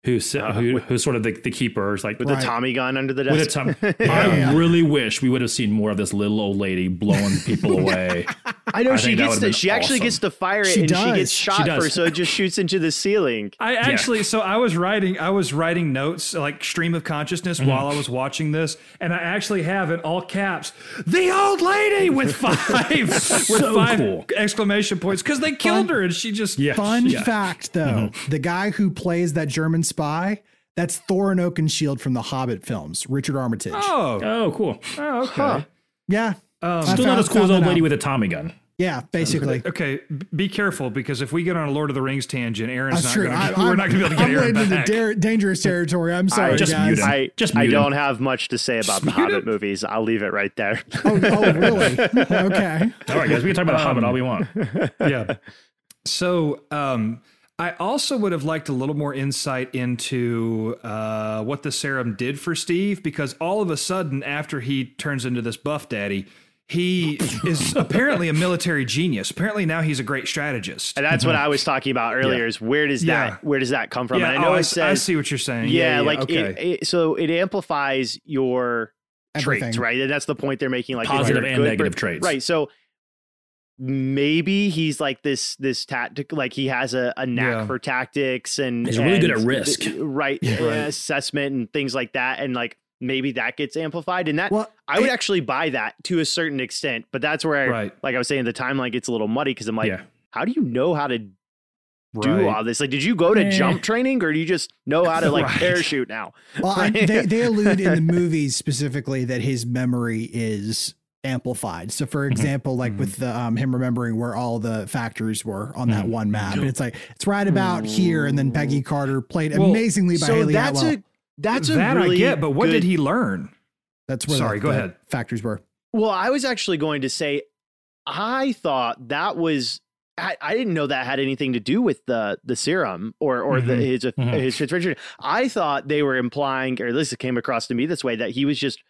S5: who, sa- who who's sort of the, the keeper, is like
S4: with
S2: Right.
S4: the Tommy gun under the desk,
S5: with a
S2: (laughs)
S5: tum- I really wish we would have seen more of this little old lady blowing
S2: (laughs)
S5: people away.
S4: I know
S5: I
S4: she
S5: think that
S4: gets
S5: would've
S4: the,
S5: been
S4: she actually
S5: awesome.
S4: gets to fire it
S2: She
S4: and she
S2: does.
S4: gets
S2: She
S4: shot
S5: does.
S4: first, so it just shoots into the ceiling.
S3: I actually, so I was writing, I was writing notes like stream of consciousness while I was watching this, and I actually have in all caps the old lady (laughs) with five with
S5: So
S3: five
S5: cool.
S3: exclamation points because they killed her and she just
S5: Yeah.
S2: Fun
S5: Yeah. (laughs) Mm-hmm.
S2: fact, though, the guy who plays that German spy, that's Thorin Oakenshield from the Hobbit films, Richard Armitage.
S3: Oh,
S5: Oh, cool.
S3: oh, okay,
S2: Yeah,
S3: um,
S5: Still not
S2: found-
S5: as cool as
S2: found
S5: old
S2: that
S5: lady
S2: out.
S5: with a Tommy gun.
S2: yeah, basically.
S3: okay. b- Be careful because if we get on a Lord of the Rings tangent, Aaron's
S2: That's
S3: not
S2: true.
S3: going
S2: I,
S3: to. We're
S2: I'm-
S3: not going to be able to get
S2: I'm
S3: Aaron
S2: wading into
S3: back.
S2: dar- dangerous territory. I'm sorry,
S5: just
S2: guys.
S5: mute him.
S4: I
S5: Just
S4: I
S5: mute
S4: don't
S5: him.
S4: have much to say about the Hobbit movies. I'll leave it right there.
S2: Oh, (laughs) oh,
S5: (laughs)
S2: really? okay. Um,
S5: All right, guys, we can talk about the Hobbit all we want.
S3: yeah. So um, I also would have liked a little more insight into uh, what the serum did for Steve because all of a sudden, after he turns into this buff daddy,
S4: (laughs)
S3: he is apparently a military genius. Apparently now he's a great strategist.
S4: And (laughs) that's what I was talking about earlier.
S5: Yeah.
S4: Is where does
S3: Yeah.
S4: that where does that come from?
S3: Yeah,
S4: and I know
S3: oh,
S4: it
S3: s- I
S4: says
S3: see what you're saying.
S4: yeah, like
S3: okay.
S4: it, it, so it amplifies your traits,
S2: Everything.
S4: right? And that's the point they're making, like if you're
S5: Positive
S4: a
S5: and
S4: good
S5: negative traits.
S4: right? So maybe he's like this this tactic, like he has a, a knack
S3: Yeah.
S4: for tactics, and
S5: He's really good
S4: and
S5: at risk.
S4: th- right? uh, assessment and things like that, and like maybe that gets amplified, and that
S2: Well,
S4: I would
S2: it-
S4: actually buy that to a certain extent, but that's where I,
S3: Right.
S4: like I was saying, the timeline gets a little muddy because I'm like,
S5: yeah.
S4: how do you know how to do
S3: Right.
S4: all this? Like, did you go to
S5: Eh.
S4: jump training or do you just know how to like
S3: Right.
S4: parachute now?
S2: Well, I, they,
S3: (laughs)
S2: they allude in the movies specifically that his memory is amplified. So,
S3: Mm-hmm.
S2: for example, like with the um, him remembering where all the factories were on
S3: Mm-hmm.
S2: that
S5: Mhm.
S2: one map, and it's like it's right about here. And then Peggy Carter played
S3: Mm. Well,
S2: amazingly by Haley
S4: that's
S2: Atwell.
S4: a that's a
S3: that
S4: really
S3: I get, but what
S4: good-
S3: did he learn?
S2: that's where
S3: sorry,
S2: the,
S3: go
S2: the
S3: ahead.
S2: Factories were.
S4: Well, I was actually going to say, I thought that was. I, I didn't know that had anything to do with the the serum or or the,
S5: Mhm.
S4: his uh,
S5: Mhm.
S4: his transfusion. I thought they were implying, or at least it came across to me this way, that he was just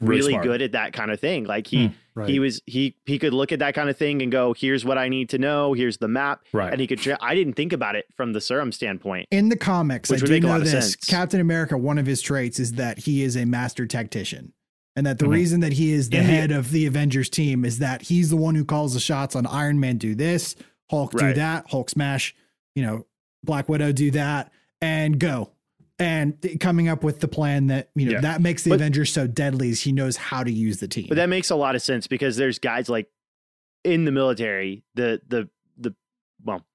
S4: really,
S5: smart.
S4: good at that kind of thing. Like he
S5: Hmm.
S3: Right.
S4: he was he he could look at that kind of thing and go, here's what I need to know, here's the map,
S5: Right.
S4: and he could. Tra- I didn't think about it from the serum standpoint.
S2: In the comics,
S4: Which
S2: I
S4: would
S2: do
S4: make a
S2: know
S4: lot of
S2: this.
S4: sense.
S2: Captain America, one of his traits is that he is a master tactician. And that the
S4: Mm-hmm.
S5: Mhm.
S2: reason that he is the
S3: And the-
S2: head of the Avengers team is that he's the one who calls the shots on Iron Man do this, Hulk do
S4: Right.
S2: that, Hulk smash, you know, Black Widow do that, and go. And th- coming up with the plan that, you know,
S5: Yeah.
S2: that makes the
S4: But-
S2: Avengers so deadly is he knows how to use the team.
S4: But that makes a lot of sense because there's guys like in the military, the the the well,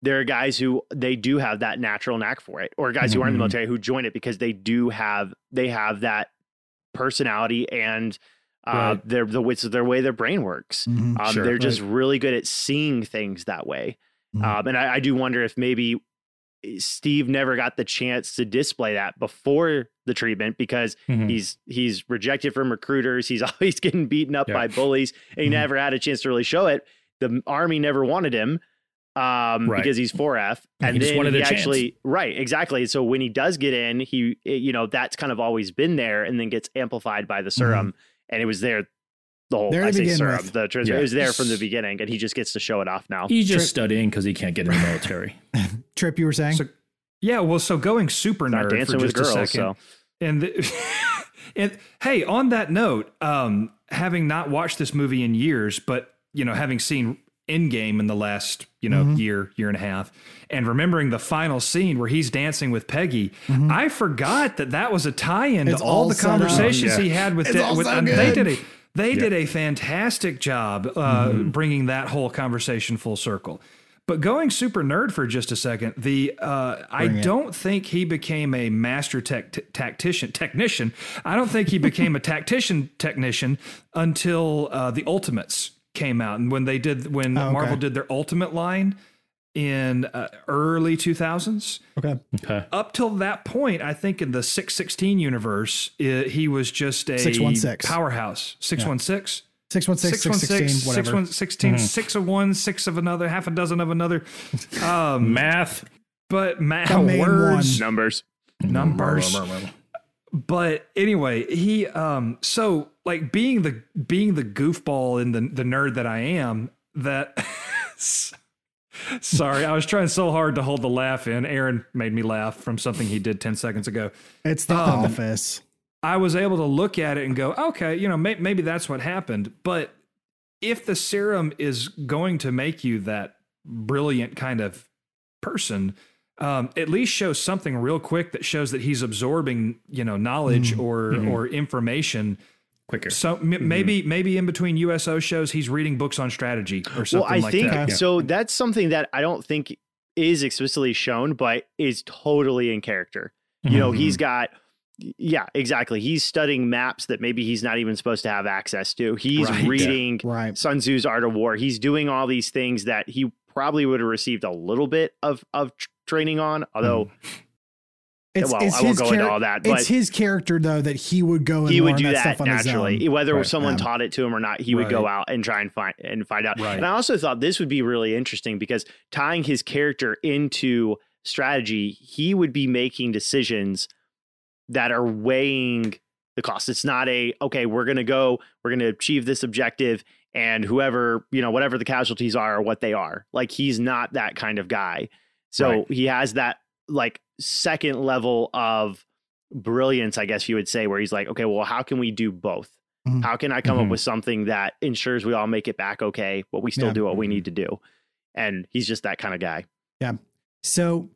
S4: there are guys who they do have that natural knack for it, or guys who aren't in the
S5: Mhm.
S4: military who join it because they do have they have that personality and uh,
S3: Right.
S4: their the wits of their way their brain works.
S2: Mhm.
S4: Um,
S5: Mm-hmm. Sure. Mm-hmm.
S4: they're just really good at seeing things that way,
S2: Mhm.
S4: um, and I, I do wonder if maybe eh, Steve never got the chance to display that before the treatment because
S5: Mhm.
S4: He's he's rejected from recruiters. He's (laughs) always getting beaten up
S5: Yeah. Mm-hmm.
S4: by bullies, and he
S2: Mhm.
S4: never had a chance to really show it. The army never wanted him um,
S5: Right.
S4: because he's 4F, and
S5: He just
S4: then
S5: wanted
S4: he
S5: a chance.
S4: actually right exactly. So when he does get in, he it- you know that's kind of always been there, and then gets amplified by the
S5: Mm-hmm.
S4: serum, and it was there the whole
S2: There to
S4: I say
S2: begin
S4: serum
S2: with.
S4: the trans-
S5: Yeah.
S4: it was there from the beginning, and he just gets to show it off now.
S5: He's just studying because he can't get in the military.
S2: Trip, you were saying?
S3: So- yeah, well, so going super
S4: Not
S3: nerd
S4: dancing
S3: for just
S4: with girls,
S3: a second.
S4: so
S3: And, the, (laughs) and hey, on that note, um, having not watched this movie in years, but you know, having seen Endgame in the last you know
S2: Mm-hmm.
S3: year, year and a half, and remembering the final scene where he's dancing with Peggy, I forgot that that was a tie-in
S2: Mm-hmm. It's
S3: to all,
S2: all
S3: the
S2: set up.
S3: conversations
S5: Yeah.
S3: he had with,
S2: It's
S3: the-
S2: all
S3: with
S2: so
S3: and they
S2: good.
S3: did a they did a fantastic job uh,
S2: Mm-hmm.
S3: bringing that whole conversation full circle. But going super nerd for just a second, the uh, I
S2: it.
S3: don't think he became a master tech tactician technician. I don't think he
S2: (laughs)
S3: became a tactician technician until uh, the Ultimates came out, and when they did when
S2: Oh, okay.
S3: Marvel did their Ultimate line in uh, early two thousands
S2: okay.
S5: Okay.
S3: up till that point, I think in the 616 universe, i he was just a
S2: 616.
S3: powerhouse. 616?
S2: 616, 616, whatever.
S3: 616, six of one, six of another, half a dozen of another. Um,
S5: (laughs) Math.
S3: but
S2: The
S3: ma-
S2: main
S3: words,
S4: numbers.
S3: numbers. But anyway, he um so like being the being the goofball and the the nerd that I am, that (laughs) sorry, I was trying so hard to hold the laugh in. Aaron made me laugh from something he did 10 seconds ago.
S2: It's the
S3: Um,
S2: office.
S3: I was able to look at it and go, okay, you know, may- maybe that's what happened. But if the serum is going to make you that brilliant kind of person, um, at least show something real quick that shows that he's absorbing, you know, knowledge or
S5: Mhm.
S3: or information.
S5: Quicker.
S3: So m- maybe maybe in between USO shows, he's reading books on strategy or something
S4: well, I
S3: like
S4: think
S3: that.
S2: Yeah.
S4: so. That's something that I don't think is explicitly shown, but is totally in character. You
S2: Mm-hmm.
S4: know, he's got, yeah, exactly. He's studying maps that maybe he's not even supposed to have access to. He's
S3: Right.
S4: reading
S2: Right.
S4: Sun Tzu's Art of War. He's doing all these things that he probably would have received a little bit of of tr- training on, although
S2: It's,
S4: well,
S2: it's
S4: I won't
S2: his
S4: go into all that, but-
S2: it's his character though that he would go and
S4: he
S2: learn
S4: would do that,
S2: stuff on his
S4: naturally,
S2: own.
S4: whether
S3: Right.
S4: someone
S2: Um,
S4: taught it to him or not. He would go
S3: Right.
S4: out and try and find and find out.
S3: Right.
S4: And I also thought this would be really interesting because tying his character into strategy, he would be making decisions that are weighing the cost. It's not a okay, we're going to go, we're going to achieve this objective, and whoever you know, whatever the casualties are, are what they are. Like he's not that kind of guy. So
S3: Right.
S4: he has that like second level of brilliance, I guess you would say, where he's like, okay, well, how can we do both?
S2: Mhm.
S4: How can I come
S5: Mhm.
S4: up with something that ensures we all make it back okay, but we still
S2: Yeah.
S4: do what we need
S5: Mm-hmm.
S4: to do? And he's just that kind of guy.
S2: So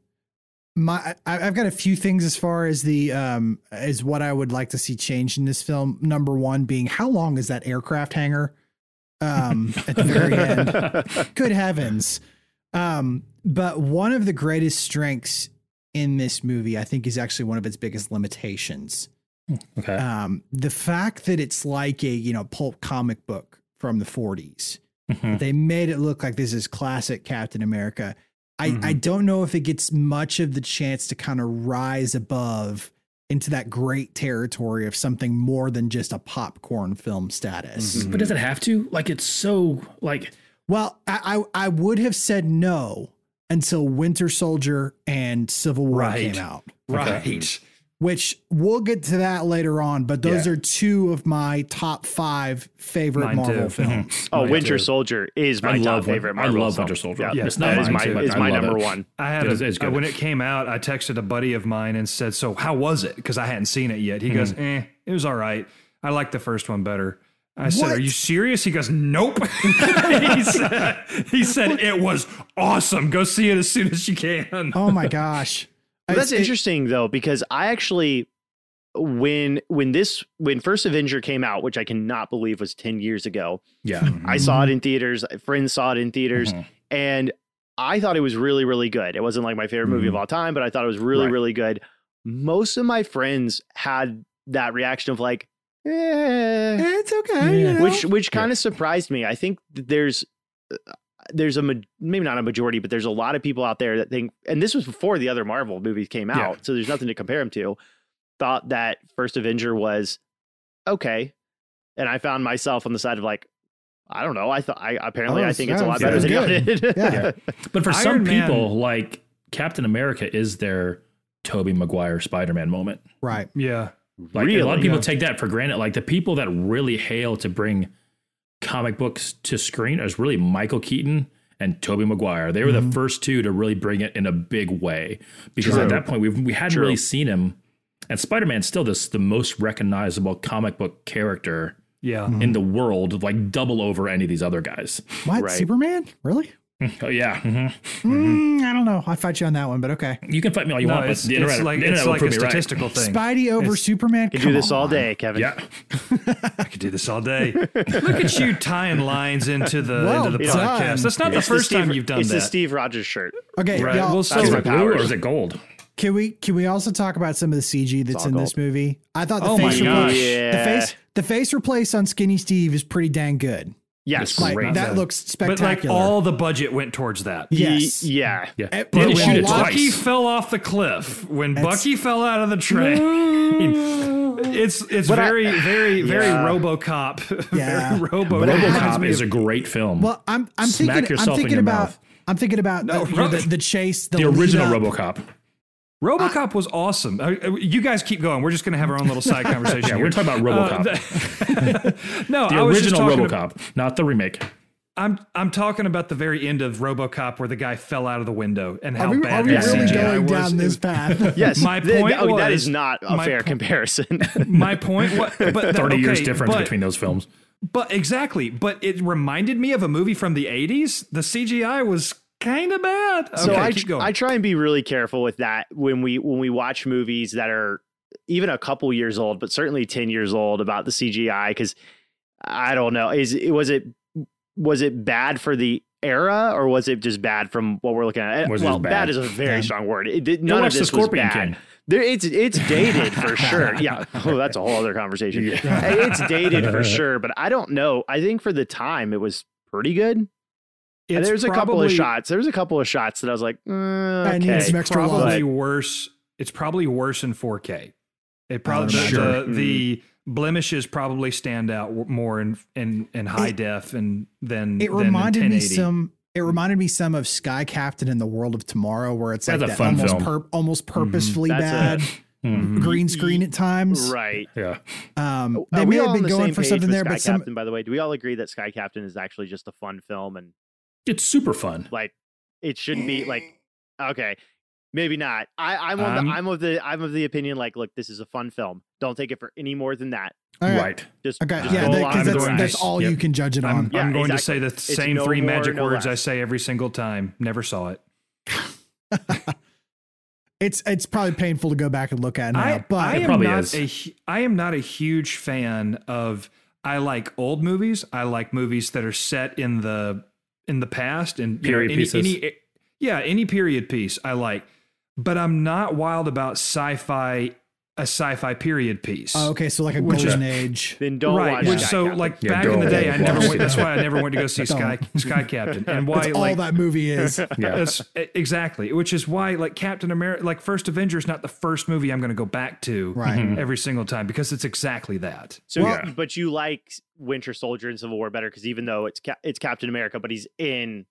S2: my I, I've got a few things as far as the um as what I would like to see changed in this film. Number one being how long is that aircraft hangar?
S4: (laughs)
S2: Um at the
S5: (laughs)
S2: very end. Good heavens. Um, but one of the greatest strengths in this movie, I think, is actually one of its biggest limitations.
S5: okay.
S2: Um, the fact that it's like a, you know, pulp comic book from the 40s.
S5: Mhm.
S2: They made it look like this is classic Captain America. I,
S3: Mhm.
S2: I don't know if it gets much of the chance to kind of rise above into that great territory of something more than just a popcorn film status.
S3: Mhm.
S5: (laughs) But does it have to? Like it's so like
S2: Well, I, I I would have said no until Winter Soldier and Civil War
S3: Right.
S2: came out,
S3: right.
S2: which we'll get to that later on. But those
S3: Yeah.
S2: are two of my top five favorite
S3: Mine
S2: Marvel
S3: too. (laughs)
S2: films.
S4: Oh,
S3: Mine
S4: Winter
S3: too.
S4: Soldier is my
S5: I
S4: top
S5: love Win-
S4: favorite.
S5: I
S4: Marvel
S5: love
S4: film.
S5: Winter Soldier.
S4: Yeah,
S5: It's
S4: that
S5: not
S4: is
S5: mine
S4: my
S5: too, but
S4: is
S5: I
S4: my
S5: love
S4: number
S5: it.
S4: one.
S3: I had
S5: It
S3: a, uh,
S5: is- it's good.
S3: when it came out, I texted a buddy of mine and said, "So how was it?" Because I hadn't seen it yet. He goes,
S5: Mm-hmm.
S3: "Eh, it was all right. I like the first one better." I said,
S2: What?
S3: "Are you serious?" He goes, "Nope." (laughs) he said, "He said it was awesome. Go see it as soon as you can."
S2: Oh my gosh,
S4: Well, that's
S2: It's- it-
S4: interesting though, because I actually when when this when first Avenger came out, which I cannot believe was 10 years ago,
S5: yeah.
S4: I saw it in theaters, friends saw it in theaters,
S5: Mhm.
S4: and I thought it was really, really good. It wasn't like my favorite movie of all time, but I thought it was really,
S3: Right.
S4: really good. Most of my friends had that reaction of like, eh,
S2: It's okay,
S5: Yeah.
S2: you know?
S4: which which kind of surprised me. I think that there's uh, there's a ma- maybe not a majority, but there's a lot of people out there that think, and this was before the other Marvel movies came out,
S5: Yeah.
S4: so there's nothing to compare them to. Thought that First Avenger was okay, and I found myself on the side of like, I don't know. I thought I apparently
S2: Oh,
S4: I think it's a
S2: yeah,
S4: lot
S2: yeah,
S4: better than
S2: it was
S4: you did. (laughs)
S2: Yeah.
S5: But for
S3: Iron
S5: some
S3: Man-
S5: people, like Captain America is their Toby Maguire Spider Man moment.
S2: right?
S3: Yeah,
S5: Like a lot of
S4: Really?
S5: people
S3: Yeah.
S5: take that for granted. Like the people that really hail to bring comic books to screen is really Michael Keaton and Toby Maguire. They were
S3: Mm-hmm.
S5: the first two to really bring it in a big way because
S4: True.
S5: at that point we we hadn't
S4: True.
S5: really seen him. And Spider Man's still this the most recognizable comic book character
S3: yeah.
S5: in the world, like double over any of these other guys. (laughs)
S2: What
S4: Right.
S2: Superman? Really?
S5: Oh yeah, mhm.
S2: Mm, I don't know. I fight you on that one, but okay.
S5: you can fight me all you
S3: No,
S5: want, but
S3: it's,
S5: the
S3: it's
S5: internet,
S3: like
S5: the internet
S3: it's
S5: will
S3: like a
S5: prove me right.
S3: statistical thing.
S2: Spidey over Superman.
S4: You
S2: Come
S4: do this all
S2: on.
S4: day, Kevin.
S5: Yeah,
S3: I could do this all
S5: (laughs)
S3: day. Look at you tying lines into the
S2: Well
S3: into the
S2: done.
S3: podcast. That's not
S4: It's
S3: the first
S4: Steve-
S3: time you've done
S4: it's
S3: that.
S4: the Steve Rogers shirt.
S2: Okay,
S3: Right.
S2: y'all,
S3: Well,
S5: is
S3: so
S4: my
S5: it blue or
S4: powers.
S5: is it gold?
S2: Can we can we also talk about some of the CG that's
S4: all
S2: in this
S4: gold.
S2: movie? I thought the
S3: Oh my
S2: face
S3: gosh.
S2: replace
S4: Yeah.
S2: the face the face replace on Skinny Steve is pretty dang good.
S4: Yes.
S2: Like
S5: Like, Great.
S2: that looks
S3: but like
S2: spectacular.
S3: all the budget went towards that.
S4: Ye-
S2: yes.
S4: Yeah.
S5: Yeah,
S2: Eh,
S5: They had
S2: but
S5: to
S2: when
S5: shoot it
S2: Loki-
S3: Bucky
S5: twice.
S3: fell off the cliff when
S2: That's-
S3: Bucky fell out of the train. (laughs) it's it's
S4: But I-
S3: very very very
S4: Yeah.
S3: RoboCop. (laughs)
S2: Yeah.
S3: very RoboCop.
S5: But
S3: Reminds
S5: RoboCop
S3: me
S5: is
S3: of-
S5: a great film.
S2: Well, I'm I'm
S5: Smack
S2: thinking
S5: yourself
S2: I'm
S5: in
S2: thinking
S5: your
S2: about
S5: mouth.
S2: I'm thinking about
S3: No,
S2: uh, you know, the,
S3: Ro-
S2: the chase the,
S5: the
S2: lead
S5: original
S2: up.
S5: RoboCop.
S3: RoboCop was awesome. Uh, uh, You guys keep going. We're just gonna have our own little side conversation.
S5: Yeah,
S3: here.
S5: we're talking about
S3: Uh,
S5: RoboCop.
S3: the- (laughs) no,
S5: the
S3: I was just
S5: original
S3: talking ab-
S5: RoboCop, not the remake.
S3: I'm I'm talking about the very end of RoboCop where the guy fell out of the window and how
S2: Are we,
S3: bad
S2: are we
S3: that
S2: really
S3: CGI
S2: going
S3: was.
S2: down
S3: It-
S2: this
S4: (laughs)
S2: path?
S4: Yes.
S3: My
S4: Th-
S3: point
S4: oh, that is
S3: was-
S4: not a
S3: my
S4: fair
S3: po-
S4: comparison.
S3: My point. What, but that-
S5: Thirty years
S3: okay,
S5: difference
S3: but-
S5: between those films.
S3: But exactly. But it reminded me of a movie from the 80s. The CGI was kind of bad.
S4: so
S3: Okay,
S4: I,
S3: keep
S4: tr-
S3: going.
S4: I try and be really careful with that when we when we watch movies that are even a couple years old, but certainly ten years old about the CGI because I don't know is it was it was it bad for the era or was it just bad from what we're looking at? Eh,
S5: Was it
S4: well,
S5: bad?
S4: bad. is a very
S2: Yeah.
S4: strong word. It did,
S5: Go
S4: none of
S5: watch
S4: this
S5: the Scorpion
S4: was bad.
S5: King.
S4: There, it's it's dated
S2: (laughs)
S4: for sure. Yeah, oh, that's a whole other conversation.
S5: Yeah.
S4: It's dated
S2: (laughs)
S4: for sure, but I don't know. I think for the time, it was pretty good. And
S3: It's
S4: there's a couple
S3: probably-
S4: of shots. There was a couple of shots that I was like, mm,
S2: I need
S4: okay.
S2: some extra
S3: Probably
S2: love.
S4: But-
S3: worse. It's probably worse in 4K. It probably the,
S2: Sure.
S3: the, the
S4: Hmm.
S3: blemishes probably stand out w- more in in, in high
S2: It-
S3: def and than
S2: It
S3: than in
S2: reminded me
S3: 1080.
S2: some. It reminded me some of Sky Captain in the World of Tomorrow, where it's
S5: That's
S2: like
S5: a
S2: that
S5: fun
S2: almost
S5: film.
S2: purp almost purposefully
S4: Mm-hmm. That's
S2: bad
S4: a-
S5: Mhm.
S4: (laughs)
S2: green screen at times.
S4: Right.
S5: Yeah.
S2: Um,
S4: Are
S2: they
S4: we
S2: may have
S4: all on
S2: been
S4: the
S2: going
S4: same
S2: for
S4: page
S2: something
S4: with
S2: there,
S4: Sky
S2: but some
S4: Captain, by the way, do we all agree that Sky Captain is actually just a fun film and
S5: It's super fun.
S4: like it shouldn't be like okay, maybe not. I, I'm on
S3: Um,
S4: the I'm of the I'm of the opinion like look, this is a fun film. Don't take it for any more than that.
S2: All right.
S5: Right.
S4: Just
S2: Okay,
S4: just
S2: yeah,
S4: go
S3: that-
S4: along
S2: because
S4: for the
S2: that's,
S4: ride.
S2: that's
S3: Right.
S2: all you
S5: Yep.
S2: can judge it
S3: I'm,
S2: on.
S4: Yeah,
S3: I'm going to say the same
S4: no
S3: three
S4: more,
S3: magic
S4: no
S3: words I
S4: less.
S3: say every single time. Never saw it.
S2: It's it's probably painful to go back and look at now,
S3: I,
S2: but
S3: I
S5: It
S3: am
S5: probably
S3: not
S5: is.
S3: a hu- I am not a huge fan of I like old movies. I like movies that are set in the in the past and you know,
S5: Period
S3: any-
S5: pieces.
S3: any- yeah, any period piece I like. But I'm not wild about sci-fi a sci-fi period piece.
S2: Oh, okay, so like a
S3: Which is-
S2: golden age.
S4: then don't
S3: right.
S4: watch
S3: which-
S4: Sky
S3: so
S4: Captain.
S3: like
S5: Yeah,
S3: back in the
S5: don't
S3: day, I
S5: watch
S3: never
S5: it.
S3: went, that's why I never
S5: (laughs)
S3: went to go see Sky Sky Captain. And why
S2: That's all
S3: like
S2: that movie
S4: (laughs)
S2: is.
S5: Yeah.
S3: that's exactly, which is why like Captain America, like First Avenger is not the first movie I'm going to go back to
S5: Hmm.
S2: Right.
S5: Mm-hmm.
S3: every single time because it's exactly that.
S4: So,
S5: Well-
S4: you- but you like Winter Soldier and Civil War better because even though it's Cap- it's Captain America, but he's in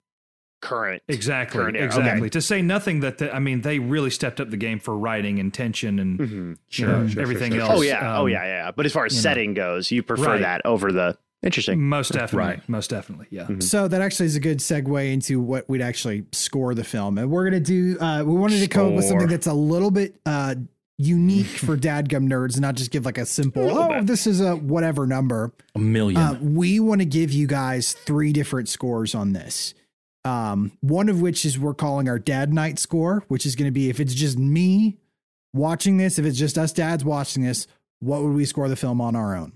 S4: current.
S3: Exactly,
S4: Current era, okay.
S3: exactly. To say nothing that the, I mean, they really stepped up the game for writing and tension and
S4: Mm-hmm.
S3: you know, everything else.
S4: Hmm. Oh yeah, oh
S3: Um,
S4: yeah, yeah. But as far as
S3: you know.
S4: setting goes, you prefer
S3: Right. Mm.
S4: that over the interesting.
S3: Most definitely,
S5: Right.
S3: most definitely, yeah.
S5: Mm-hmm.
S4: Mhm.
S2: So that actually is a good segue into what we'd actually score the film, and we're gonna do. Uh, we wanted to come up with something
S5: Score.
S2: that's a little bit uh, unique
S5: (laughs)
S2: for dadgum nerds, and not just give like a simple.
S5: Little
S2: oh,
S5: bit.
S2: this is a whatever number.
S5: A million.
S2: Uh, we want to give you guys three different scores on this. Um, one of which is we're calling our dad night score, which is going to be if it's just me watching this, if it's just us dads watching this, what would we score the film on our own?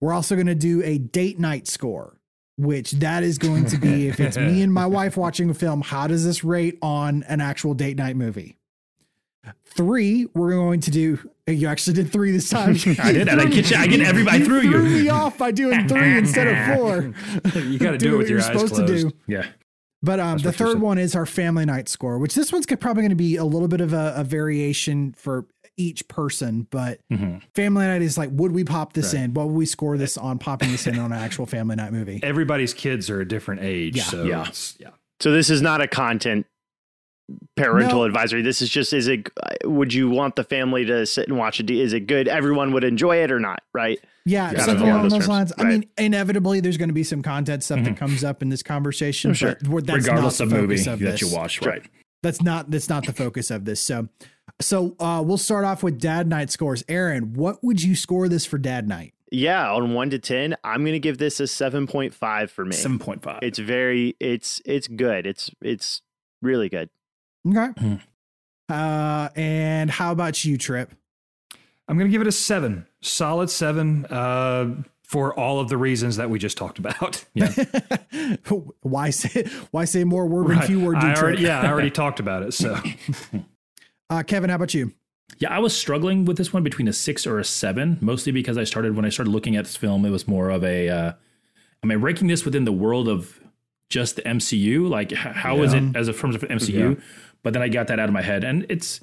S2: We're also going to do a date night score, which that is going to
S5: (laughs)
S2: be if it's me and my wife watching a film, how does this rate on an actual date night movie? Three, we're going to do. You actually did three this time.
S5: (laughs) I did that. I get you. I get everybody. I threw you.
S2: Threw me off by doing three instead of four.
S3: (laughs) You gotta do it with
S2: what you're
S3: your eyes
S2: supposed to
S3: closed.
S2: do.
S5: Yeah.
S2: But um, the
S3: what she
S2: third
S3: said.
S2: one is our family night score, which this one's probably going to be a little bit of a, a variation for each person. But
S3: Mm-hmm.
S5: Mhm.
S2: family night is like, would we pop this in? What would we score this on popping this in on an actual family night movie?
S3: Everybody's kids are a different age,
S2: Yeah.
S3: so
S5: Yeah.
S3: it's- yeah.
S4: So this is not a content parental
S2: No.
S4: advisory. This is just is it? Would you want the family to sit and watch it? Is it good? Everyone would enjoy it or not? Right?
S2: Yeah,
S5: Yeah,
S2: something
S5: along
S2: along
S4: those
S2: those
S4: terms.
S2: lines. I
S4: Right.
S2: mean, inevitably, there's going to be some content stuff
S3: Mm-hmm.
S2: that comes up in this conversation.
S4: sure.
S2: but we're- that's
S5: Regardless
S2: not
S5: of
S2: the
S5: movie
S2: focus
S5: that
S2: of this.
S5: you watch. Right.
S2: That's not that's not the focus of this. So, so uh, we'll start off with dad night scores. Aaron, what would you score this for dad night?
S4: Yeah. On one to ten, I'm gonna give this a seven point five for me.
S5: 7.5.
S4: It's very. It's it's good. It's it's really good.
S2: Okay.
S5: Hmm.
S2: Uh, and how about you, Trip? (laughs)
S3: I'm gonna give it a seven, solid seven, uh, for all of the reasons that we just talked about. (laughs)
S2: why say why say more word when few word?
S3: I
S2: do,
S3: already,
S2: Trip?
S3: yeah, I already talked about it. So
S2: Uh, Kevin, how about you?
S5: Yeah, I was struggling with this one between a six or a seven, mostly because I started when I started looking at this film, it was more of a. Uh, am I ranking this within the world of just the MCU? Like, h- how is it as a terms of MCU? But then I got that out of my head, and it's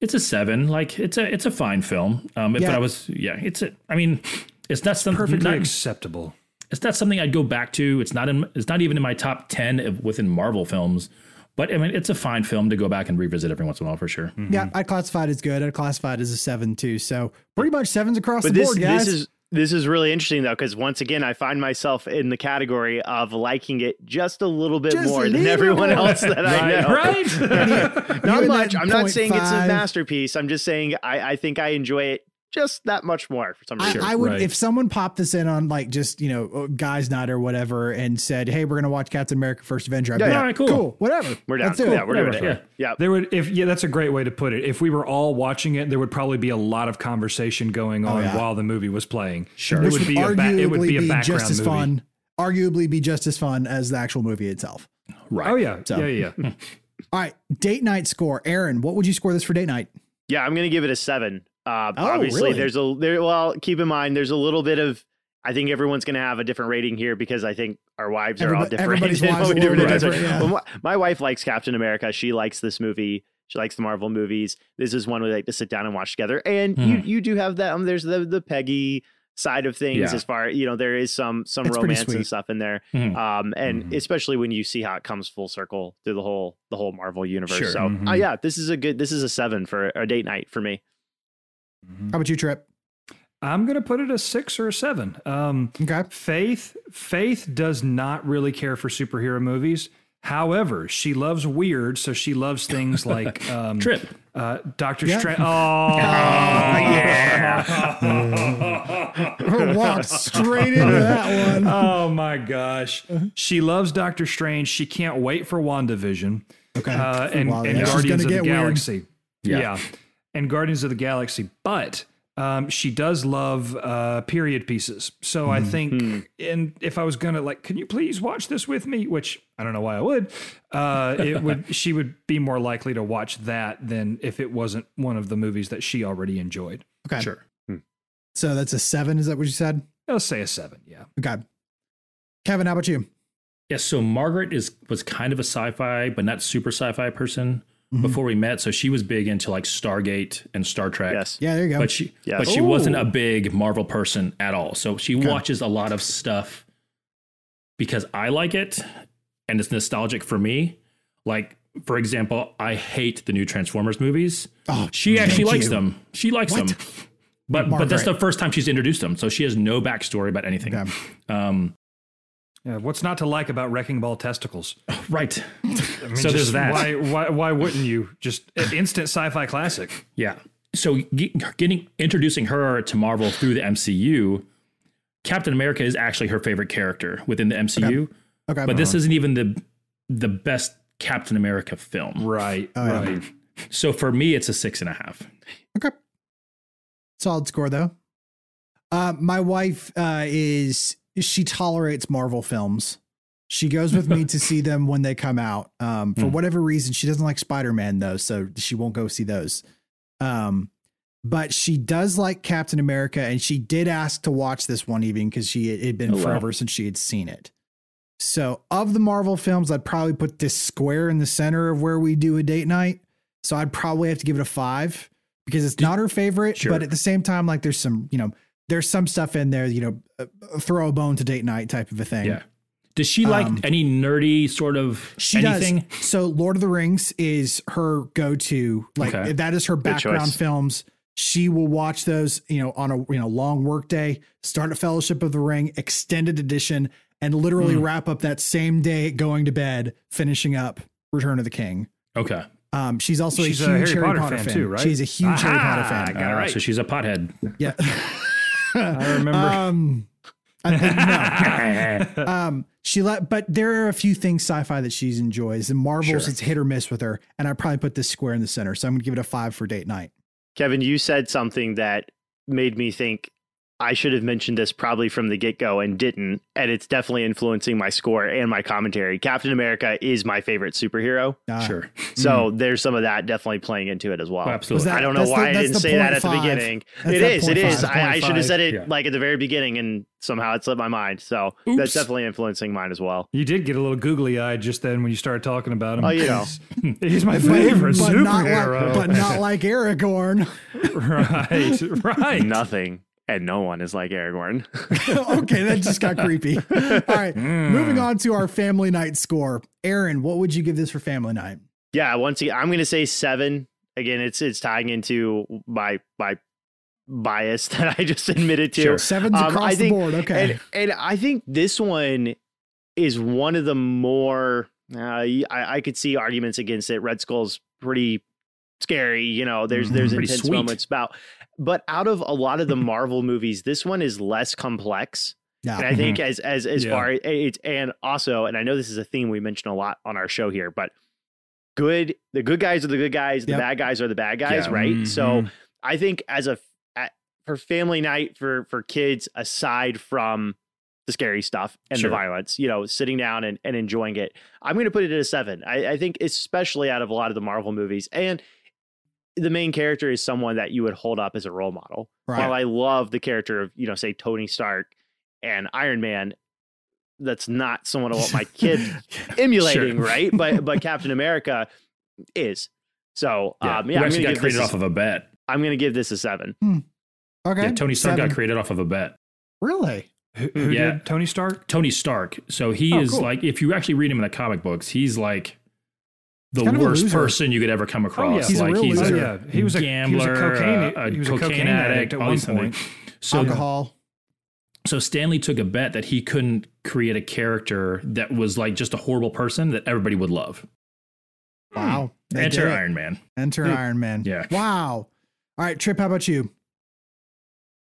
S5: it's a seven. Like, it's a it's a fine film. Um,
S2: Yeah.
S5: but I was yeah, it's a. I mean, it's not something
S3: perfectly
S5: not-
S3: acceptable.
S5: it's not something I'd go back to. It's not in it's not even in my top ten of, within Marvel films. But I mean, it's a fine film to go back and revisit every once in a while for sure.
S4: Hmm.
S2: Yeah, I classified as good. I classified as a seven too. So pretty much sevens across
S4: But
S2: the
S4: this
S2: board, guys. (laughs)
S4: this is this is really interesting though, because once again, I find myself in the category of liking it just a little bit
S2: Just a
S4: more than
S2: little
S4: everyone
S2: more.
S4: else that I know. Not
S2: You're
S4: much.
S2: that
S4: I'm not saying it's a
S2: 0.5.
S4: masterpiece. I'm just saying I, I think I enjoy it just that much more for some
S2: I,
S4: reason.
S2: I would
S3: right.
S2: if someone popped this in on like just you know uh, guys night or whatever and said hey we're gonna watch Captain America First Avenger I'd
S4: Yeah,
S2: be
S4: yeah.
S2: like,
S5: Alright,
S2: cool.
S5: cool.
S2: whatever
S4: we're down.
S2: let's do
S4: Yeah,
S2: it.
S4: we're down. with
S5: Whatever.
S4: it. Yeah.
S3: There would if yeah, that's a great way to put it. If we were all watching it, there would probably be a lot of conversation going on
S2: Oh, yeah.
S3: while the movie was playing.
S5: Sure.
S3: it
S2: which
S3: would
S2: would
S3: be a ba-
S2: arguably
S3: it would be a
S2: be
S3: background
S2: just as
S3: movie.
S2: fun arguably be just as fun as the actual movie itself
S5: Right.
S3: Oh yeah,
S2: So-
S3: yeah, yeah.
S2: (laughs)
S3: yeah.
S2: All right, date night score. Aaron, what would you score this for date night?
S4: Yeah, I'm gonna give it a seven. Uh,
S2: Oh,
S4: obviously,
S2: really?
S4: there's a there. Well, keep in mind, there's a little bit of. I think everyone's gonna have a different rating here because I think our wives are all
S2: Everybody-
S4: (laughs)
S2: everybody's
S4: different.
S2: wives are a
S4: Different
S2: little bit
S4: rates.
S2: different, yeah.
S4: Well, my, my wife likes Captain America. She likes this movie. She likes the Marvel movies. This is one we like to sit down and watch together. And you
S2: Hmm.
S5: Mhm.
S4: you do have that. Um, there's the the Peggy side of things
S5: Yeah.
S4: as far you know there is some some
S2: That's pretty
S4: romance
S2: sweet. Hmm. Mm-hmm.
S4: and stuff in there
S5: Mhm.
S4: um and
S3: Mhm.
S4: especially when you see how it comes full circle through the whole the whole marvel universe
S5: Sure. mm-hmm.
S4: so uh,
S3: Mhm.
S4: yeah this is a good this is a seven for a date night for me
S2: How about you, Trip?
S3: I'm gonna put it a six or a seven. Um, (laughs)
S2: Okay.
S3: Faith Faith does not really care for superhero movies. However, she loves weird, so she loves
S2: (laughs)
S3: things like um,
S5: Trip.
S3: uh, Doctor
S2: Yeah. (laughs)
S3: Strange. Oh, yeah.
S2: (laughs) Walked straight into that
S3: (laughs)
S2: one.
S3: oh my gosh. She loves Doctor Strange. She can't wait for WandaVision
S2: Okay.
S3: uh, and,
S2: Wow,
S3: and
S2: yeah. She's gonna
S3: Guardians of the
S2: get weird.
S3: Galaxy.
S5: Yeah.
S3: Yeah. And Guardians of the Galaxy. But um, she does love uh, period pieces. So
S2: Mm-hmm.
S3: I think, and if I was going to, like, can you please watch this with me? Which I don't know why I would. Uh, it
S2: (laughs)
S3: would, she would be more likely to watch that than if it wasn't one of the movies that she already enjoyed.
S2: Okay.
S5: Sure.
S3: Hmm.
S2: So that's a seven. Is that what you said?
S3: Let's say a seven. Yeah.
S2: Okay. Kevin, how about you?
S5: Yeah, so Margaret is was kind of a sci-fi, but not super sci-fi person before we met. So she was big into like Stargate and Star Trek.
S4: yes
S2: Yeah, there you go.
S5: But she
S4: Yes.
S5: but she
S3: Ooh.
S5: wasn't a big Marvel person at all. So she watches a lot of stuff because I like it and it's nostalgic for me. Like, for example, I hate the new Transformers movies.
S2: oh,
S5: She actually
S2: thank
S5: likes
S2: you.
S5: them. She likes
S2: What?
S5: them. But but that's
S2: Margaret.
S5: the first time she's introduced them. So she has no backstory about anything.
S2: Okay.
S5: Um,
S3: Yeah, what's not to like about wrecking ball testicles?
S5: right.
S3: I mean,
S5: So there's
S3: just
S5: that.
S3: Why, why, why wouldn't you? Just an instant sci-fi classic.
S5: Yeah. So ge- getting introducing her to Marvel through the MCU, Captain America is actually her favorite character within the MCU.
S2: Okay. Uh-huh.
S5: But this isn't even the the best Captain America film.
S3: Right.
S2: Oh, yeah. (laughs)
S3: right.
S5: So for me, it's a six and a half.
S2: Okay. Solid score though. Uh, my wife uh, is she tolerates Marvel films. She goes with me to see them when they come out. Um, for
S5: Hmm.
S2: whatever reason, she doesn't like Spider Man though, so she won't go see those. Um, but she does like Captain America, and she did ask to watch this one evening because she it had been
S5: Oh, wow.
S2: forever since she had seen it. So, of the Marvel films, I'd probably put this square in the center of where we do a date night. So, I'd probably have to give it a five because it's not her favorite.
S5: Sure.
S2: But at the same time, like there's some, you know, there's some stuff in there, you know, uh, throw a bone to date night type of a thing.
S5: Yeah. Does she like
S2: Um,
S5: any nerdy sort of
S2: She
S5: anything?
S2: does. So Lord of the Rings is her go-to. Like
S5: Okay.
S2: that is her background
S4: choice.
S2: films. She will watch those, you know, on a you know long work day, start a Fellowship of the Ring extended edition, and
S3: Hmm.
S2: literally wrap up that same day going to bed, finishing up Return of the King.
S5: Okay.
S2: Um, she's also
S3: She's
S2: a
S3: a
S2: huge
S3: Harry Potter fan,
S2: fan.
S3: too, right?
S2: She's a huge Harry Potter
S3: Aha!
S2: fan.
S3: All
S5: All right.
S3: right.
S5: So she's a pothead.
S2: Yeah. (laughs) Uh,
S3: I remember.
S2: um, I think- no.
S5: (laughs)
S2: um, she let, but there are a few things sci-fi that she enjoys, and Marvels
S5: Sure.
S2: it's hit or miss with her. And I probably put this square in the center, so I'm gonna give it a five for date night.
S4: Kevin, you said something that made me think I should have mentioned this probably from the get go and didn't. And it's definitely influencing my score and my commentary. Captain America is my favorite superhero.
S2: Uh, (laughs)
S5: sure.
S4: So there's some of that definitely playing into it as well.
S5: Oh, Hmm. absolutely.
S2: Was that-
S4: I don't know
S2: that's the-
S4: why I
S2: that's
S4: didn't
S2: the
S4: say that at the
S2: 0.5.
S4: beginning.
S2: That's
S4: It
S2: that
S4: is. It is.
S2: 0.5.
S4: I, I should have said it
S5: Yeah.
S4: like at the very beginning and somehow it slipped my mind. So
S5: Oops.
S4: that's definitely influencing mine as well.
S3: (laughs) you did get a little googly eyed just then when you started talking about him.
S4: Oh, you
S5: (laughs)
S4: know.
S3: He's- (laughs) he's my
S2: But-
S3: favorite
S2: but not like,
S3: superhero.
S2: but not like Aragorn. (laughs)
S3: (laughs) right, right.
S4: Nothing and no one is like Aragorn.
S2: okay, that just got creepy. All right,
S5: Hmm.
S2: moving on to our family night score. Aaron, what would you give this for family night?
S4: yeah once again i'm gonna say seven again it's it's tying into my my bias (laughs) that i just admitted to
S5: Sure.
S2: Sevens
S4: Um,
S2: across
S4: I
S2: the
S4: think-
S2: board. Okay,
S4: and and i think this one is one of the more uh, I, I could see arguments against it red skull's pretty scary you know there's
S3: Mhm.
S4: there's
S5: Pretty
S4: intense
S5: sweet.
S4: moments about but out of a lot of the marvel movies this one is less complex
S2: yeah,
S4: and I think as as as
S3: Yeah.
S4: far as it's and also, and I know this is a theme we mention a lot on our show here, but good the good guys are the good guys, the
S2: Yep.
S4: bad guys are the bad guys,
S5: Yeah. Mm-hmm.
S4: right?
S2: mm-hmm.
S4: So I think as a at, for family night for for kids, aside from the scary stuff and
S5: Sure.
S4: the violence, you know, sitting down and, and enjoying it, I'm going to put it at a seven. I, I think especially out of a lot of the Marvel movies and. The main character is someone that you would hold up as a role model while
S2: right.
S4: I love the character of, you know, say Tony Stark and Iron Man, that's not
S2: (laughs)
S5: (laughs)
S4: someone I want my kid emulating, right? But but Captain America is. So
S5: Yeah,
S4: um,
S5: Who
S4: yeah I'm
S5: actually
S4: gonna give
S5: got
S4: this
S5: created
S4: a-
S5: off of a bet.
S4: I'm gonna give this a seven.
S2: Okay.
S5: Yeah, Tony Stark
S2: Seven.
S5: got created off of a bet.
S2: Really?
S3: Who, who
S5: Yeah.
S3: did Tony Stark?
S5: Tony Stark. So he
S3: Oh,
S5: is
S3: cool.
S5: like, if you actually read him in the comic books, he's like the
S2: kind of a
S5: worst
S2: loser.
S5: person you could ever come across.
S3: Oh, yeah. He's
S2: a
S5: Oh, like
S2: real
S5: he's
S2: loser.
S5: a
S3: Oh, yeah. He was a- he was a
S5: gambler,
S3: cocaine-
S5: a,
S3: he was a
S5: cocaine,
S3: cocaine
S5: addict,
S3: addict at
S5: all
S3: one
S5: these
S3: point.
S5: things. So
S2: Alcohol.
S5: so Stanley took a bet that he couldn't create a character that was like just a horrible person that everybody would love.
S4: Hmm.
S2: Wow. They
S5: Enter
S2: did it.
S5: Iron Man.
S2: Enter
S3: Hmm.
S2: Iron Man.
S5: Yeah.
S2: Wow. All right, Trip, how about you?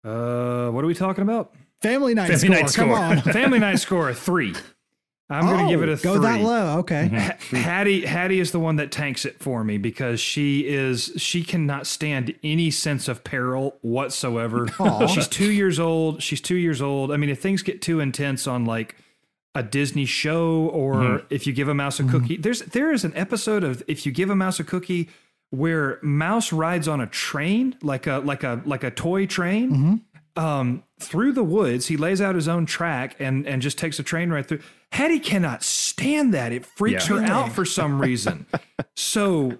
S3: Uh, what are we talking about?
S2: Family night
S5: Family
S2: score.
S5: night
S2: Come
S5: score.
S2: on.
S3: Family night score a three. (laughs) I'm
S2: Oh,
S3: gonna give it a
S2: go
S3: three. Mm-hmm.
S2: that low. Okay.
S5: Mhm.
S3: H- Hattie Hattie is the one that tanks it for me because she is she cannot stand any sense of peril whatsoever.
S2: Aw.
S3: She's two years old. She's two years old. I mean, if things get too intense on like a Disney show or if you give a mouse a cookie, there's there is an episode of if you give a mouse a cookie where mouse rides on a train like a like a like a toy train um, through the woods. He lays out his own track and and just takes a train right through. Hattie cannot stand that. It freaks
S5: Yeah.
S3: her out for some reason. so.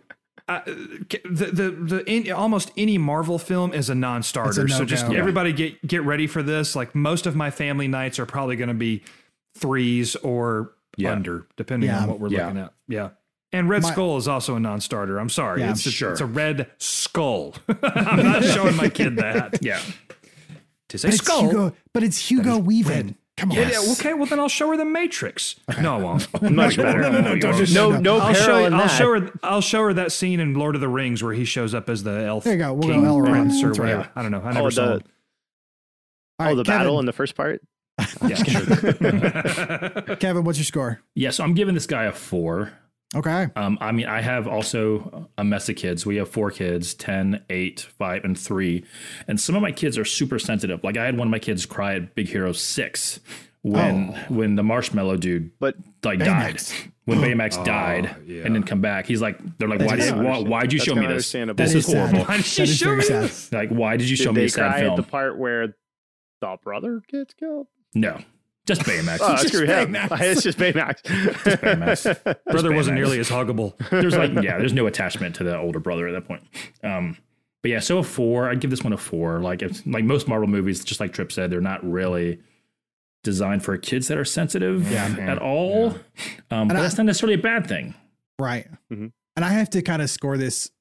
S3: Uh, the the the in, almost any Marvel film is a non-starter.
S2: It's a
S3: so just
S2: no-go. Yeah.
S3: everybody get get ready for this. Like most of my family nights are probably going to be threes or
S5: Yeah.
S3: under, depending
S2: Yeah.
S3: on what we're
S5: Yeah.
S3: looking at. Yeah. And Red
S2: My-
S3: Skull is also a non-starter. I'm sorry,
S2: Yeah.
S3: it's just,
S5: Sure.
S3: it's a red skull. (laughs) I'm not showing my kid that. (laughs)
S5: Yeah.
S3: Tis
S2: But
S3: a
S2: it's
S3: skull.
S2: Hugo, but it's Hugo Weaving. Come on.
S3: Yeah, yeah, okay, well then I'll show her the Matrix. No, I
S2: (laughs)
S3: won't.
S4: Much
S5: (laughs) No,
S4: better.
S5: no, no, no, don't
S2: just-
S4: no,
S2: no,
S4: no
S3: I'll
S4: peril
S3: show,
S4: in
S3: I'll
S4: that.
S3: show her. I'll show her that scene in Lord of the Rings where he shows up as the elf.
S2: There you go. We'll
S3: king,
S2: go Elrond.
S3: prince or
S2: That's right.
S3: whatever. I don't know. I never
S4: Oh,
S3: saw
S4: the,
S3: it.
S2: All
S4: oh,
S2: right,
S4: the
S2: Kevin.
S4: battle in the first part.
S2: Kevin, what's your score?
S5: Yeah. So I'm giving this guy a four.
S2: Okay.
S5: Um, I mean, I have also a mess of kids. We have four kids 10, 8, 5, and 3. And some of my kids are super sensitive. Like, I had one of my kids cry at Big Hero 6 when when the marshmallow dude
S4: But
S5: like
S2: Oh. Baymax.
S5: died. When
S4: Oh,
S5: Baymax died
S3: yeah.
S5: and then come back, he's like, they're like,
S2: That's
S5: why did,
S2: kinda
S5: why, why'd you
S4: That's
S5: show me
S4: kinda
S5: this?
S4: understandable.
S5: This
S2: That
S5: is
S2: is sad.
S5: horrible.
S3: Why did she
S2: That is
S3: show
S2: very
S3: me
S2: sad.
S3: this?
S5: (laughs) Like, why did you
S4: did
S5: show me
S4: they
S5: this sad
S4: cry at
S5: film?
S4: the part where the brother gets killed?
S5: no, just Baymax.
S4: Oh,
S5: Just
S4: screw him.
S2: Baymax.
S4: (laughs)
S5: (laughs)
S4: It's just Baymax. (laughs)
S5: Baymax.
S3: Brother wasn't
S5: Baymax.
S3: nearly as huggable.
S5: there's like yeah, there's no attachment to the older brother at that point. Um, but yeah, so a four. I'd give this one a four. Like it's, like most Marvel movies, just like Trip said, they're not really designed for kids that are sensitive
S2: Yeah.
S5: at all. Um, but
S2: I-
S5: that's not necessarily a bad thing.
S2: Right.
S3: Mm-hmm.
S4: Mhm.
S2: And I have to kind of score this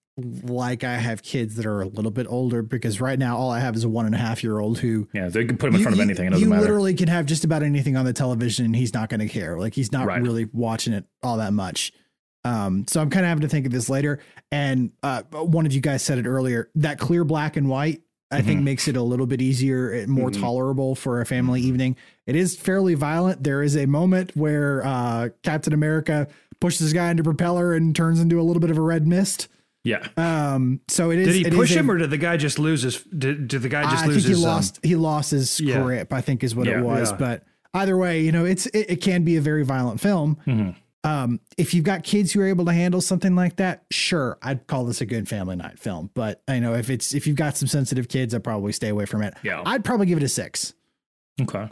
S2: like I have kids that are a little bit older because right now all I have is a one and a half year old who
S5: Yeah, they can put him in
S2: you-
S5: front
S2: you-
S5: of anything. It doesn't
S2: you
S5: matter.
S2: literally can have just about anything on the television and he's not going to care. Like he's not
S5: Right.
S2: really watching it all that much. Um, so I'm kind of having to think of this later. And uh, one of you guys said it earlier that clear black and white, I think,
S5: Mhm.
S2: makes it a little bit easier, and more
S5: Mm-hmm.
S4: Mhm.
S2: tolerable for a family evening. It is fairly violent. There is a moment where uh, Captain America pushes this guy into propeller and turns into a little bit of a red mist.
S5: yeah,
S2: Um, so it is.
S3: Did he
S2: it is
S3: push
S2: a-
S3: him, or did the guy just lose his? Did, did the guy just
S2: I
S3: lose
S2: think he
S3: his? um,
S2: lost he lost his
S3: Yeah.
S2: grip, I think is what
S5: Yeah.
S2: it was.
S3: Yeah.
S2: But either way, you know, it's it, it can be a very violent film.
S5: Mhm.
S2: Um, if you've got kids who are able to handle something like that, sure, I'd call this a good family night film. But I know if it's if you've got some sensitive kids, I'd probably stay away from it.
S5: yeah.
S2: I'd probably give it a six.
S5: okay.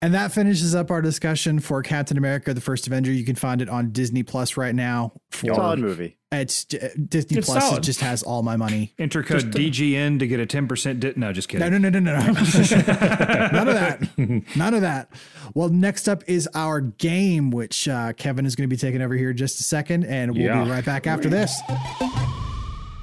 S2: And that finishes up our discussion for Captain America: The First Avenger. You can find it on Disney Plus right now. For
S4: Solid movie.
S2: it's uh, Disney
S5: It's
S2: Plus. It
S5: solid.
S2: just has all my money.
S3: Enter code DGN to get a ten percent. Di- no, just kidding.
S2: uh, No, no, no, no, no, (laughs) no. None of that. None of that. Well, next up is our game, which uh, Kevin is going to be taking over here in just a second, and we'll
S5: Yeah.
S2: be right back after this.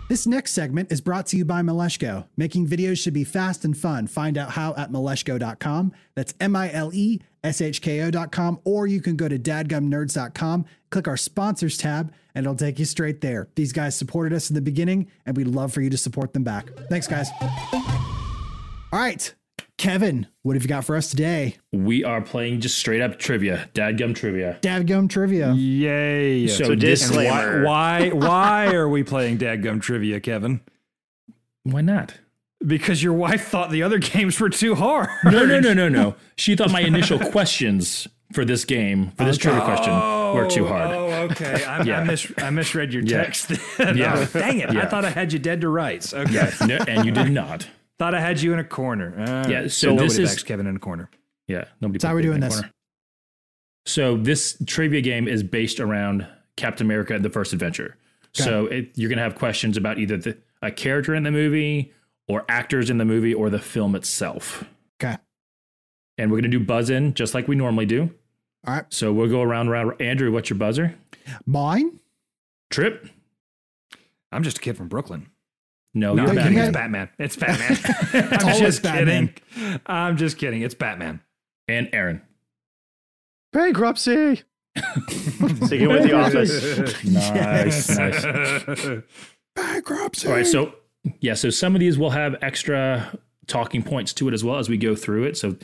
S2: This next segment is brought to you by Mileshko. Making videos should be fast and fun. Find out how at mileshko.com. That's M I L E S H K O.com. Or you can go to dadgumnerds.com, click our sponsors tab, and it'll take you straight there. These guys supported us in the beginning, and we'd love for you to support them back. Thanks, guys. All right, Kevin, what have you got for us today?
S5: We are playing just straight up trivia, dadgum trivia.
S2: Dadgum trivia.
S3: Yay!
S5: So this-
S3: And why,
S4: disclaimer.
S2: (laughs)
S3: why why are we playing dadgum trivia, Kevin?
S2: (laughs)
S5: Why not?
S3: Because your wife thought the other (laughs) games were too hard.
S5: No, no, no, no, no. She thought my initial questions for this game, for this trivia question, were too hard.
S3: Oh, okay. I, I,
S5: Yeah.
S3: mis- I misread your
S5: Yeah.
S3: text. then. (laughs)
S5: Yeah.
S3: I was- Dang it! I
S5: Yeah.
S3: thought I had you dead to rights. Okay.
S5: No, and you did not.
S3: Thought I had you in a corner. Uh,
S5: Yeah, so
S3: nobody
S5: this is-
S3: backs Kevin in a corner.
S5: Yeah, nobody.
S2: So how
S5: put
S2: we
S5: Big
S2: doing
S5: Bang
S2: this?
S5: Corner. So this trivia game is based around Captain America: The First Adventure. So it, you're going to have questions about either the, a character in the movie or actors in the movie or the film itself.
S2: Okay.
S5: And we're going to do buzz in just like we normally do.
S2: All right.
S5: So we'll go around, around. Andrew, what's your buzzer?
S2: Mine?
S5: Trip?
S3: I'm just a kid from Brooklyn.
S5: No,
S3: No,
S5: Oh, you're
S3: I'm
S2: you
S5: Batman.
S3: kidding.
S2: got-
S3: It's Batman. It's
S5: (laughs)
S3: Batman.
S2: It's
S3: I'm
S2: always
S3: just
S2: Batman.
S3: kidding. I'm just kidding. It's Batman.
S5: And Aaron.
S4: Bankruptcy. Sticking
S5: (laughs)
S4: with the office.
S5: Nice, nice.
S2: Bankruptcy.
S5: All right, so yeah, so some of these will have extra talking points to it as well as we go through it. So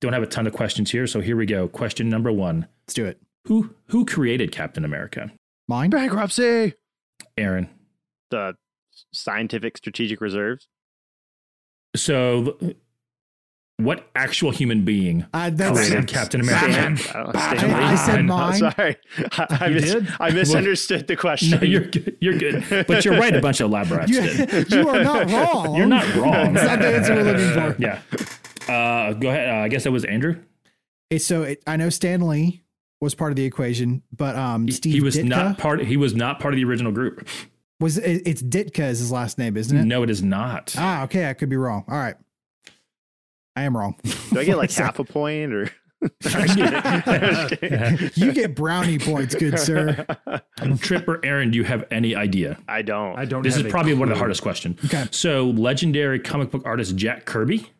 S5: don't have a ton of questions here. So here we go. Question number one:
S2: Let's do it.
S5: Who who created Captain America?
S2: Mine?
S4: Bankruptcy.
S5: Aaron.
S4: The scientific strategic reserves.
S5: So what actual human
S2: (laughs)
S5: being
S2: Uh, that's
S3: Batman.
S5: created Captain America?
S4: Stan- I don't know,
S2: Batman.
S4: Stan Lee.
S2: I said
S4: I'm
S2: mine.
S4: (laughs) sorry. I, I, mis-
S5: did?
S4: I misunderstood the question.
S5: No, you're good. You're good, but you're right a bunch of lab rats
S2: you,
S5: did.
S2: (laughs) you are not wrong.
S5: (laughs) You're
S2: (laughs)
S5: not wrong.
S2: It's not the answer we're looking for.
S5: yeah. Uh, go ahead. Uh, I guess that was Andrew.
S2: It's so it, I know Stan Lee was part of the equation, but um, Steve
S5: he was
S2: Ditka
S5: not part. He was not part of the original group.
S2: was it, it's Ditka is his last name, isn't it?
S5: No, it is not.
S2: Ah, okay, I could be wrong. All right, I am wrong. (laughs)
S4: Do I get
S5: (laughs)
S4: like half a point or? (laughs)
S2: You get brownie points, good sir.
S5: (laughs) Trip or Aaron, do you have any idea?
S4: I don't.
S3: I don't.
S5: This
S3: have
S5: is
S3: a
S5: probably one of the
S3: clue.
S5: hardest questions.
S2: Okay.
S5: So, legendary comic book artist Jack Kirby.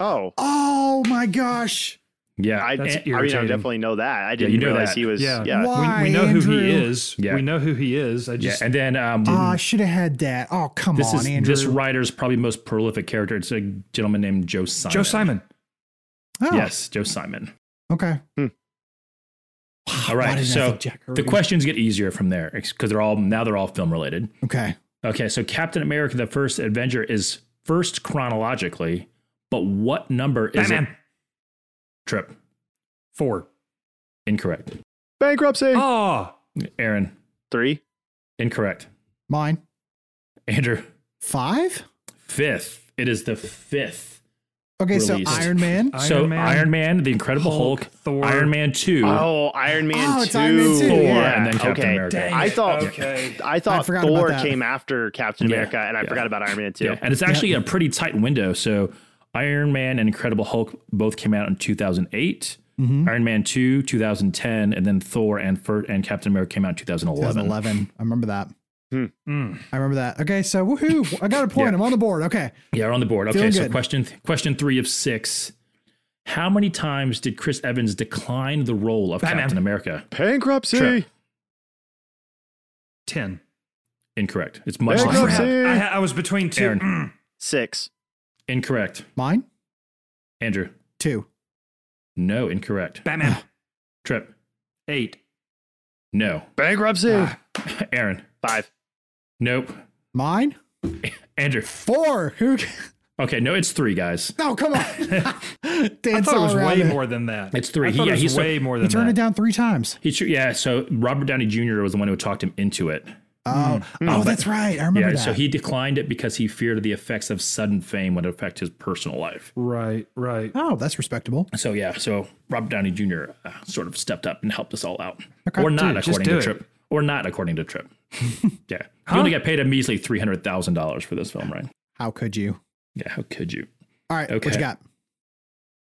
S4: oh,
S2: Oh my gosh,
S5: Yeah,
S4: I,
S3: That's
S4: I mean, I
S3: irritating.
S4: definitely know that. I didn't
S5: you know
S4: realize
S5: that.
S4: he was.
S3: Yeah.
S4: Yeah.
S2: Why,
S3: we, we know who he
S2: Andrew?
S3: is.
S5: Yeah.
S3: We know who he is. I
S5: yeah.
S3: just
S5: And then um,
S2: Ah, I should have had that. Oh come
S5: this
S2: on,
S5: is
S2: Andrew.
S5: this writer's probably most prolific character. It's a gentleman named Joe Simon.
S3: Joe Simon.
S2: oh,
S5: Yes, Joe Simon.
S2: Okay.
S4: Hmm.
S2: Why
S5: All right.
S2: didn't I
S5: So
S2: think Jack
S5: the
S2: Kirby?
S5: questions get easier from there because they're all now they're all film related.
S2: Okay.
S5: Okay, so Captain America: The First Avenger is first chronologically, but what number is
S3: Batman.
S5: it? Trip
S3: Four.
S5: incorrect.
S4: Bankruptcy.
S3: Oh,
S5: Aaron
S4: Three.
S5: incorrect.
S2: Mine
S5: Andrew
S2: five.
S5: fifth. It is the fifth.
S2: Okay,
S5: Released.
S2: so Iron Man.
S3: Iron
S5: so
S3: Man,
S5: Iron Man, The Incredible Hulk,
S3: Thor.
S5: Iron Man Two,
S4: Oh, Iron Man
S2: Oh, it's
S4: two.
S2: Iron Man 2,
S5: Thor,
S2: yeah.
S5: and then Captain
S4: okay.
S5: America.
S3: Dang
S4: I
S3: it.
S4: thought.
S3: Okay.
S4: I
S2: I
S4: thought
S2: forgot about
S4: Thor
S2: that.
S4: came after Captain
S5: Yeah,
S4: America, and I
S5: yeah.
S4: forgot about Iron Man two.
S5: Yeah, and it's actually a pretty tight window. So Iron Man and Incredible Hulk both came out in 2008.
S2: Mm-hmm.
S5: Iron Man 2, 2010, and then Thor and Fir- and Captain America came out in 2011.
S2: 2011. I remember that.
S3: Mm.
S2: I remember that. Okay, so woohoo! I got a point.
S5: Yeah.
S2: I'm on the board. Okay,
S5: Yeah, we're on the board. Okay,
S2: Feeling
S5: so
S2: good.
S5: question question three of six. How many times did Chris Evans decline the role of
S3: Batman.
S5: Captain America?
S4: Bankruptcy.
S5: Sure.
S3: ten.
S5: Incorrect. It's much
S4: There
S3: I,
S4: you go.
S5: less.
S3: had-
S4: Bankruptcy.
S3: I, had- I was between two.
S5: Aaron.
S3: Mm.
S4: Six.
S5: Incorrect.
S2: mine
S5: Andrew.
S2: two.
S5: No, incorrect.
S3: Batman.
S5: Trip.
S3: (sighs) Eight.
S5: No. (laughs)
S4: Bankruptcy.
S5: Aaron.
S4: Ah, Five.
S5: Nope.
S2: Mine
S5: Andrew.
S2: four. Who?
S5: Okay, no, it's three guys.
S2: (laughs) No, come
S5: (laughs)
S2: (laughs) on.
S3: I
S2: Dance
S3: thought it was
S2: all around
S3: way
S2: it.
S3: more than that.
S5: It's three.
S3: I
S5: He-
S3: thought
S5: yeah,
S3: it was
S5: he's so-
S3: way more
S2: He
S3: than
S2: turned
S3: that.
S2: it down three times.
S5: He, tr- yeah, so Robert Downey Jr. was the one who talked him into it.
S2: Oh, oh, that's right. I remember
S5: Hmm. Yeah,
S2: that.
S5: so he declined it because he feared the effects of sudden fame would affect his personal life.
S3: Right. Right.
S2: oh, that's respectable.
S5: So yeah, so Robert Downey Jr. Uh, sort of stepped up and helped us all out,
S2: Okay.
S5: or not
S3: Dude, just
S5: according
S3: do
S5: to
S3: it.
S5: Trip, or not according to Trip. yeah, he only got paid a measly three hundred thousand dollars for this film, right?
S2: How could you?
S5: Yeah, how could you?
S2: All right, what
S5: Okay.
S2: you got?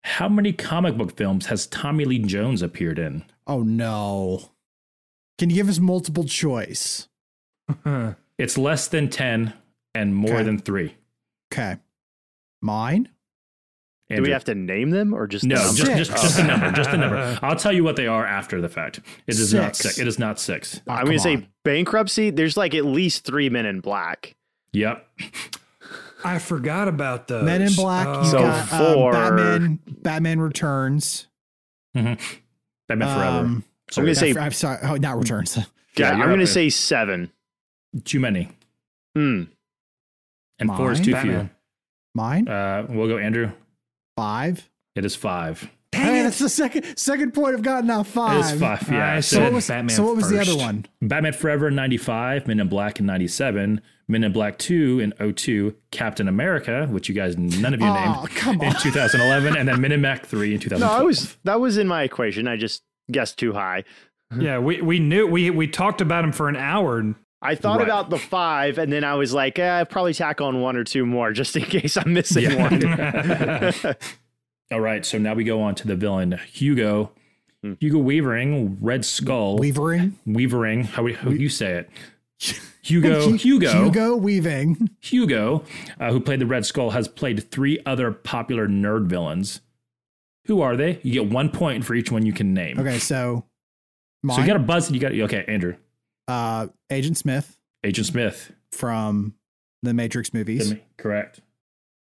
S5: How many comic book films has Tommy Lee Jones appeared in?
S2: Oh no. Can you give us multiple choice?
S3: Huh.
S5: It's less than ten and more
S2: Okay.
S5: than three.
S2: Okay. Mine?
S4: Do we
S5: Andrew.
S4: have to name them or just
S5: No,
S4: the Oh.
S5: just,
S4: number?
S5: just,
S2: Six.
S5: just the number. Just the number. I'll tell you what they are after the fact. It is not
S2: Six.
S5: six. It is not six.
S2: Oh,
S4: I'm
S2: come
S4: gonna say
S2: on.
S4: bankruptcy. There's like at least three Men in Black.
S5: Yep.
S3: (laughs) I forgot about those. Uh,
S2: Men in Black, you
S4: So
S2: got um,
S4: four.
S2: Batman, Batman Returns.
S5: Batman Forever.
S2: Um,
S5: So
S4: I'm gonna say-
S2: not- I'm sorry. Oh, not Returns. (laughs)
S5: Yeah,
S4: I'm
S5: you're up
S4: gonna
S5: there.
S4: say seven.
S5: too many,
S4: Hmm.
S5: and four is
S2: Mine?
S5: too
S3: Batman.
S2: Mine?
S5: few. Uh, we'll go Andrew.
S2: Five.
S5: It is five.
S2: Hey, that's the second second point I've gotten now. Five.
S5: It is five. Yeah.
S3: I
S5: so
S3: said
S5: it
S2: was-
S3: Batman
S2: so what was the other
S3: first.
S2: one?
S5: Batman Forever in 95, Men in Black in 97, Men in Black 2 in 02, Captain America, which you guys, none of you
S2: Oh,
S5: named,
S2: come
S5: in
S2: on.
S5: 2011, and then Men in Black 3 in
S4: No,
S5: 2012.
S4: I was that was in my equation. I just guessed too high.
S3: (laughs) Yeah, we, we knew we we talked about him for an hour. And
S4: I thought
S5: Right.
S4: about the five, and then I was like, eh, I probably tack on one or two more just in (laughs) case I'm
S3: (laughs)
S4: missing one.
S5: All right, so now we go on to the villain Hugo, Hugo Weavering, Red Skull,
S2: Weavering.
S5: Weavering. How, we, how do you say it? Hugo, Hugo,
S2: Hugo Weaving.
S5: Hugo, uh, who played the Red Skull, has played three other popular nerd villains. Who are they? You get one point for each one you can name.
S2: Okay, so
S5: So you
S2: mine,
S5: got to buzz. You got to okay, Andrew,
S2: uh, Agent Smith
S5: Agent Smith.
S2: from the Matrix movies.
S5: Correct.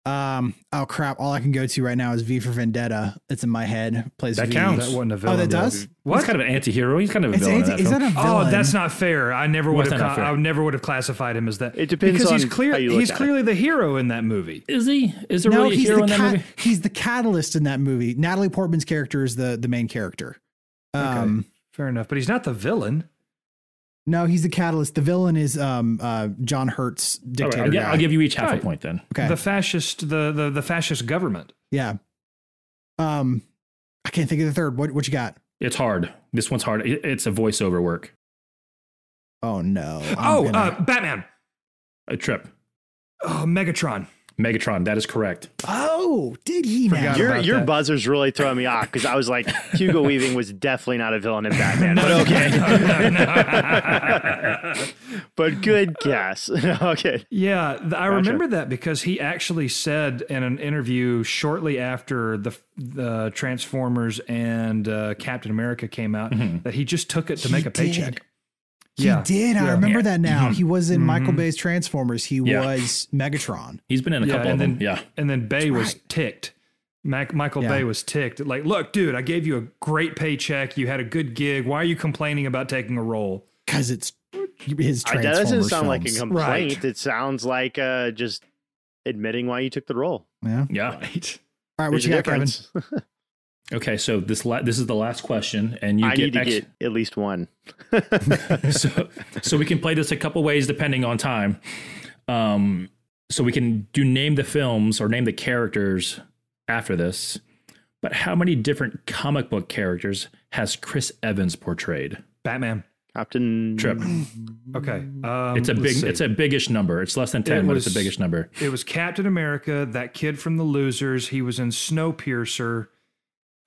S2: Um, oh crap! All I can go to right now is V for Vendetta. It's in my head. Plays
S3: That
S2: V.
S3: counts. That wasn't a villain.
S2: Oh, that does?
S5: What?
S3: What?
S5: He's kind of an anti-hero. He's kind of a
S2: It's
S5: villain.
S2: anti-
S5: in
S2: is
S5: film.
S2: that a
S3: Oh,
S2: villain?
S3: that's not fair. I never
S5: Well,
S3: would
S5: it's
S3: have.
S5: not
S3: Con-
S5: fair.
S3: I never would have classified him as that.
S4: It depends
S3: because he's
S4: on
S3: clear.
S4: how you look
S3: he's
S4: at it.
S3: clearly the hero in that movie.
S5: Is he? Is there
S2: No,
S5: really a
S2: he's
S5: hero
S2: the
S5: in that
S2: cat-
S5: movie?
S2: he's the catalyst in that movie. Natalie Portman's character is the the main character. Um,
S3: Okay. Fair enough, but he's not the villain.
S2: no, he's the catalyst. The villain is um uh John Hurt's
S5: All right,
S2: dictator.
S5: I'll, gi-
S2: guy.
S5: I'll give you each half a
S3: Right.
S5: point then.
S2: okay,
S3: The fascist. The, the the fascist government.
S2: yeah. Um, I can't think of the third. What what you got?
S5: It's hard. This one's hard. It- It's a voiceover work.
S2: Oh no! I'm
S3: oh,
S2: gonna-
S3: uh, Batman.
S5: A trip.
S3: Oh, Megatron.
S5: Megatron. That is correct.
S2: oh, did he now?
S3: Forgot
S4: your
S3: about
S4: your
S3: that.
S4: buzzer's really throwing me off because I was like, Hugo Weaving was definitely not a villain in Batman, but okay. but good guess. (laughs) okay.
S3: Yeah, th- I remember that because he actually said in an interview shortly after the the Transformers and uh, Captain America came out that he just took it to
S2: Mm-hmm. He
S3: make a paycheck.
S2: did. He did. I
S3: Yeah. Mm-hmm.
S2: remember
S5: Yeah.
S2: that now. He was in Michael Bay's Transformers. He
S5: Yeah.
S2: was Megatron.
S5: He's been in a
S3: Yeah,
S5: couple of
S3: and
S5: them.
S3: then
S5: Yeah.
S3: and then Bay was
S2: right.
S3: ticked. Mac- Michael
S2: Yeah.
S3: Bay was ticked. Like, look, dude, I gave you a great paycheck. You had a good gig. Why are you complaining about taking a role?
S2: Because it's his
S4: I- That
S2: Transformers.
S4: doesn't sound like a
S2: films.
S4: complaint.
S3: Right.
S4: It sounds like uh, just admitting why you took the role.
S2: Yeah.
S5: Yeah.
S2: All (laughs)
S3: Right.
S2: right, what
S4: There's
S2: you
S4: a
S2: got, Kevin?
S4: difference.
S5: Okay. So this la- this is the last question, and you
S4: I
S5: get,
S4: need to
S5: ex-
S4: get at least one.
S5: (laughs) so so we can play this a couple ways depending on time. Um, so we can do name the films or name the characters after this. But how many different comic book characters has Chris Evans portrayed?
S3: Batman.
S4: Captain
S5: Trip.
S3: Okay. Um,
S5: It's a
S3: Mm, let's
S5: big.
S3: see.
S5: It's a biggish number. It's less than ten,
S3: It
S5: but it's
S3: was-
S5: a biggish number.
S3: It was Captain America, that kid from the Losers. He was in Snowpiercer.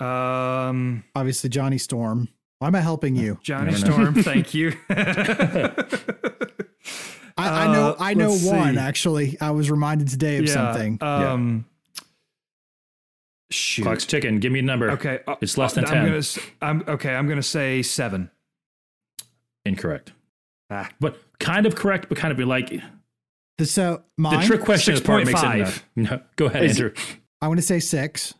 S3: Um,
S2: Obviously, Johnny Storm. Why am I helping you?
S3: Johnny
S5: Never know.
S3: Storm.
S5: (laughs)
S3: Thank you.
S2: I, I know.
S3: Uh,
S2: I know
S3: let's
S2: one
S3: see.
S2: actually. I was reminded today of
S3: yeah.
S2: something.
S3: Um, Shoot.
S5: Clock's ticking. Give me a number.
S3: Okay. uh,
S5: It's less
S3: uh,
S5: than
S3: I'm
S5: 10.
S3: gonna, s- I'm okay. I'm gonna say seven.
S5: Incorrect.
S3: Ah.
S5: But kind of correct, but kind of be like
S2: The- so mine.
S5: the trick question is part makes it
S3: 6.5.
S5: no. No, Go ahead,
S4: Is-
S5: Andrew.
S2: I want to say six.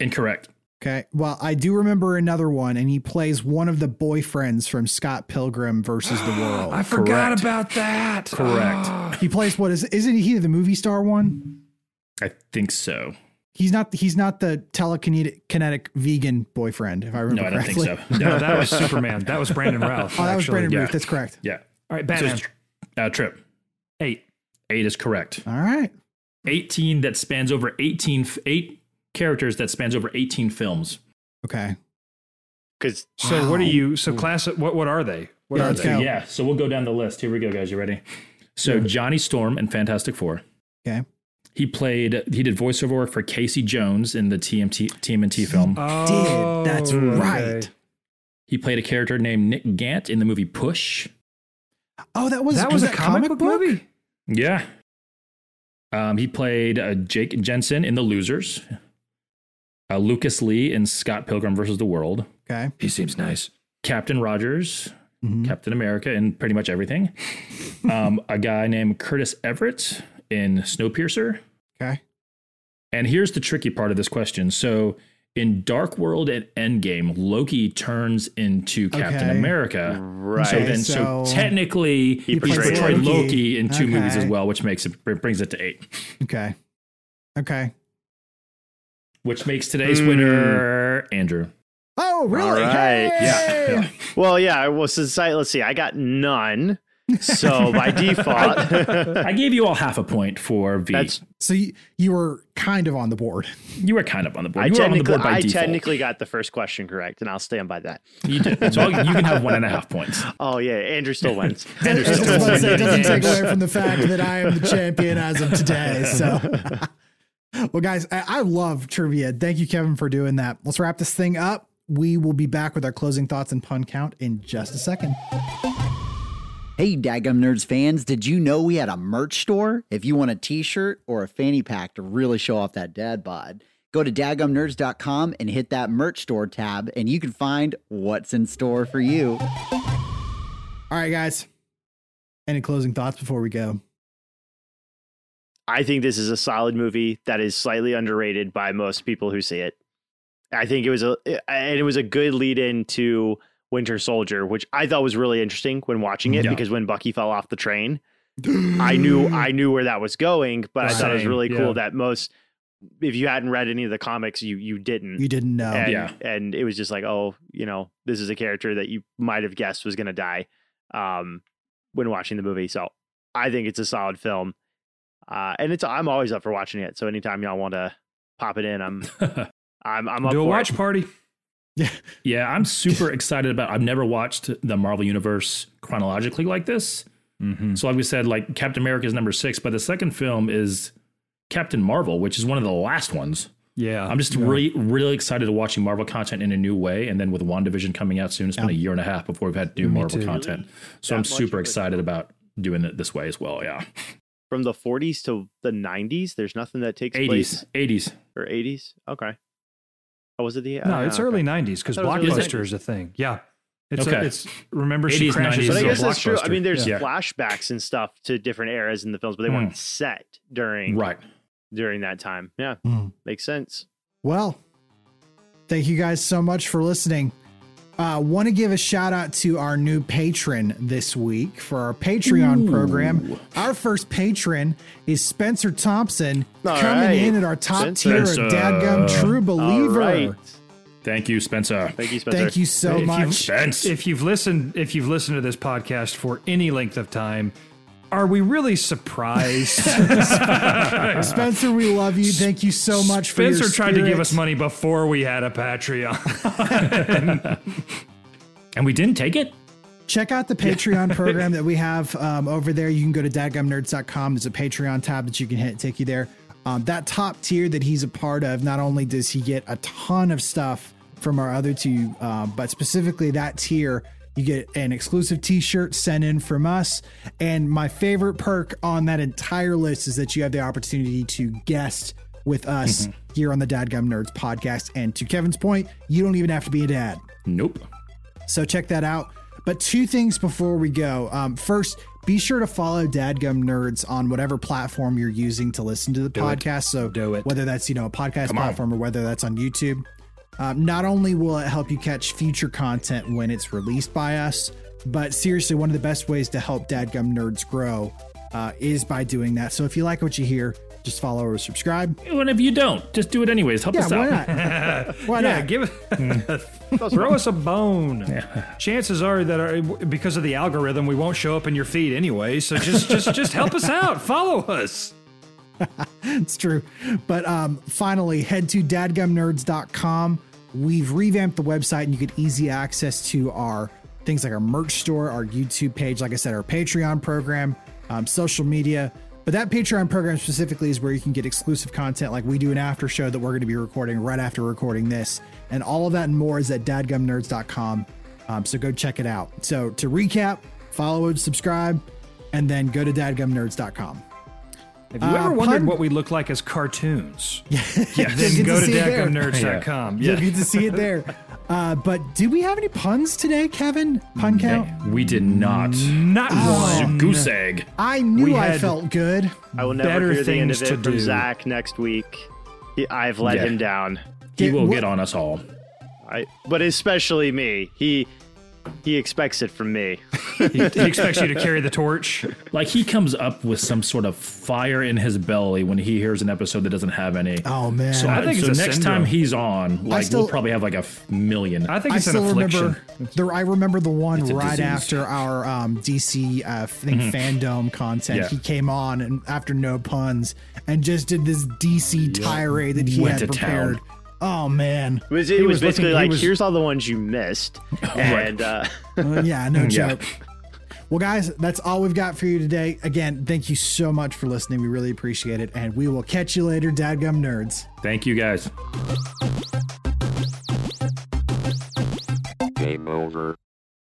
S5: Incorrect.
S2: Okay. Well, I do remember another one, and he plays one of the boyfriends from Scott Pilgrim versus the World.
S3: (gasps) I forgot
S5: Oh, correct.
S3: about that.
S5: Correct.
S3: Ah.
S2: he plays what is? Isn't he the movie star one?
S5: I think so.
S2: He's not. He's not the telekinetic kinetic vegan boyfriend. If I remember
S5: No, I don't think
S2: correctly.
S3: (gasps)
S5: so.
S3: no, (laughs) that was Superman. That
S2: (laughs)
S3: was Brandon Ralph.
S2: Oh, that was
S3: actually.
S2: Brandon
S5: yeah.
S2: Ruth. That's correct.
S5: Yeah.
S3: All right,
S5: So
S3: Batman.
S5: it's uh, trip.
S3: eight.
S5: Eight is correct.
S2: All right.
S5: 18 that spans over 18, f- eight characters that spans over 18 films.
S2: Okay.
S4: Because
S3: So what are you? So class. What what are they? What
S2: Yeah,
S3: are
S2: let's
S3: they?
S2: go.
S5: Yeah. So we'll go down the list. Here we go, guys. You ready? So Johnny Storm and Fantastic Four.
S2: Okay.
S5: He played, he did voiceover work for Casey Jones in the TMT, TMNT film.
S3: Oh,
S2: That's
S3: okay.
S2: right.
S5: He played a character named Nick Gant in the movie Push.
S2: Oh, that was
S3: that was a
S2: that
S3: comic, book, movie.
S5: Yeah. Um, he played uh, Jake Jensen in The Losers, uh, Lucas Lee in Scott Pilgrim versus the World,
S2: Okay.
S3: He seems nice.
S5: Captain Rogers,
S2: Mhm.
S5: Captain America, in pretty much everything. um, a guy named Curtis Everett in Snowpiercer.
S2: Okay.
S5: And here's the tricky part of this question. So in Dark World and Endgame, Loki turns into Captain
S2: Okay.
S5: America.
S4: right.
S5: So
S2: Okay,
S5: then, so,
S2: so-
S5: technically, he
S4: portrayed
S5: portrayed, Loki.
S2: Loki.
S5: in two movies as
S2: Okay.
S5: well, which makes it br- brings it to eight,
S2: Okay. Okay.
S5: which makes today's
S4: Hmm.
S5: winner Andrew.
S2: Oh, really?
S4: right.
S2: Hey!
S5: Yeah.
S4: Well, yeah. Well, since I let's see, I got none. So
S5: (laughs)
S4: by (laughs) default,
S5: I gave you all half a point for V.
S4: that's
S2: So you, you were kind of on the board.
S5: you were kind of on the board.
S4: I
S5: you were on the
S4: technically
S5: board by
S4: I
S5: default.
S4: technically got the first question correct, and I'll stand by that.
S5: you did. So you can have one and a half points.
S4: Oh yeah, Andrew still
S5: (laughs)
S4: wins.
S2: I was just about to say, it doesn't
S5: Yeah.
S2: take away from the fact that I am the champion as of today. So, well, guys, I, I love trivia. Thank you, Kevin, for doing that. Let's wrap this thing up. We will be back with our closing thoughts and pun count in just a second.
S1: Hey, Dagum Nerds fans, did you know we had a merch store? If you want a t shirt or a fanny pack to really show off that dad bod, go to dagumnerds.com and hit that merch store tab, and you can find what's in store for you.
S2: All right, guys. Any closing thoughts before we go?
S4: I think this is a solid movie that is slightly underrated by most people who see it. I think it was a and it was a good lead in to Winter Soldier, which I thought was really interesting when watching it
S5: Yeah.
S4: because when Bucky fell off the train, I knew
S3: Mm.
S4: I knew where that was going, but I thought it was
S5: Same,
S4: really
S5: yeah.
S4: cool that most if you hadn't read any of the comics, you you didn't.
S2: You didn't know.
S4: and,
S5: Yeah.
S4: and it was just like, oh, you know, this is a character that you might have guessed was going to die um, when watching the movie. So I think it's a solid film, uh, and it's I'm always up for watching it. So anytime y'all want to pop it in, I'm I'm I'm up
S3: Do a
S4: for
S3: watch
S4: it.
S3: party.
S5: yeah, I'm super excited about. I've never watched the Marvel Universe chronologically like this.
S3: Mm-hmm.
S5: So, like we said, like Captain America is number six, but the second film is Captain Marvel, which is one of the last ones.
S3: Yeah,
S5: I'm just really, really excited to watching Marvel content in a new way. And then with WandaVision coming out soon, it's been a year and a half before we've had new
S3: Me
S5: Marvel
S3: too.
S5: content. So
S4: That
S5: I'm
S4: much
S5: super
S4: of a-
S5: excited about doing it this way as well. Yeah.
S4: From the 40s to the 90s, there's nothing that takes
S5: 80s.
S4: place
S5: 80s.
S4: or 80s. Okay, oh, was it the
S3: no,
S4: oh,
S3: it's
S4: okay.
S3: early '90s because
S4: I thought it was
S3: Blockbuster
S4: early
S3: is a thing. Yeah, it's
S5: Okay.
S3: A, it's remember she
S5: 80s,
S3: crashes.
S5: 90s.
S4: But I
S5: So
S4: guess
S3: into a
S4: that's true. I
S3: Blockbuster.
S4: mean, there's
S5: Yeah.
S4: flashbacks and stuff to different eras in the films, but they weren't set during
S5: Right.
S4: during that time. Yeah,
S2: Hmm.
S4: makes sense.
S2: Well, thank you guys so much for listening. Uh, Want to give a shout out to our new patron this week for our Patreon program. Our first patron is Spencer Thompson,
S4: All
S2: coming
S4: right.
S2: in at our top
S4: Spencer.
S2: tier of
S5: Spencer.
S2: Dadgum True
S4: All
S2: Believer.
S4: right.
S5: Thank you, Spencer.
S4: Thank you, Spencer.
S2: Thank you so
S3: If you've- (laughs)
S2: much.
S5: Spence.
S3: if you've listened if you've listened to this podcast for any length of time are we really surprised
S2: Spencer, we love you. Thank you so much for your
S3: spencer tried to give
S2: spirit.
S3: us money before we had a patreon
S5: And we didn't take it?
S2: Check out the Patreon program that we have um, over there. You can go to dadgumnerds.com. There's a Patreon tab that you can hit, take you there. Um, that top tier that he's a part of, not only does he get a ton of stuff from our other two, um, but specifically that tier, you get an exclusive t shirt sent in from us. And my favorite perk on that entire list is that you have the opportunity to guest with us here on the Dadgum Nerds podcast. And to Kevin's point, you don't even have to be a dad.
S5: Nope.
S2: So check that out. But two things before we go. Um, first, be sure to follow Dadgum Nerds on whatever platform you're using to listen to the podcast. So
S3: Do it.
S2: whether that's you know a podcast platform or whether that's on YouTube. Um, not only will it help you catch future content when it's released by us, but seriously, one of the best ways to help Dadgum Nerds grow uh, is by doing that. So if you like what you hear, just follow or subscribe.
S5: And if you don't, just do it anyways. Help
S2: Yeah,
S5: us out.
S2: why not? Why
S3: yeah
S2: not?
S3: give it (laughs) throw us a bone chances are that our, because of the algorithm we won't show up in your feed anyway so just just just help us out follow us
S2: It's true. But um, finally, head to dadgumnerds.com. We've revamped the website and you get easy access to our things like our merch store, our YouTube page, like I said, our Patreon program, um, social media. But that Patreon program specifically is where you can get exclusive content like we do an after show that we're going to be recording right after recording this. And all of that and more is at dadgumnerds.com. Um, so go check it out. So to recap, follow and subscribe, and then go to (laughs) dadgumnerds.com.
S3: have
S2: Uh,
S3: you ever wondered
S2: pun-
S3: what we look like as cartoons
S2: You'll
S3: then
S2: get
S3: go
S2: to
S3: to
S2: see it there.
S3: dadgumnerds.com yeah.
S2: You'll get to
S3: (laughs)
S2: see it there. Uh, but do we have any puns today, Kevin? Pun count?
S5: Okay. We did not.
S3: not
S2: Oh.
S3: one
S2: (laughs)
S5: Goose egg.
S2: I knew
S3: We
S2: I
S3: had-
S2: felt good.
S4: I will never
S3: better
S4: hear the end
S3: things
S4: of it
S3: to
S4: from
S3: do.
S4: Zach next week. He- I've let
S5: Yeah.
S4: him down,
S5: He
S2: Get-
S5: will
S2: what-
S5: get on us all.
S4: I, but especially me. He He expects it from me.
S3: He, he expects you to carry the torch.
S5: Like he comes up with some sort of fire in his belly when he hears an episode that doesn't have any.
S2: Oh man.
S5: so
S3: I think
S5: so
S3: it's a
S5: next
S3: syndrome.
S5: time he's on, like
S2: still-
S5: we'll probably have like a f- million.
S3: I think
S2: I
S3: it's an
S2: still
S3: affliction.
S2: remember the I remember the one
S5: a
S2: right
S5: disease.
S2: after our um, DC uh, I think
S3: Mm-hmm.
S2: fandom content.
S5: Yeah.
S2: He came on and after no puns and just did this DC tirade that he had
S5: Went to
S2: prepared.
S5: town.
S2: Oh
S3: (laughs)
S2: man,
S4: It was, it
S3: was
S4: was,
S3: looking-
S4: basically
S3: he
S4: like,
S3: was-
S4: here's all the ones you missed. And uh,
S2: yeah, no
S5: Yeah.
S2: joke. Well, guys, that's all we've got for you today. Again, thank you so much for listening. We really appreciate it, and we will catch you later, Dadgum Nerds.
S5: Thank you guys.
S6: Game over.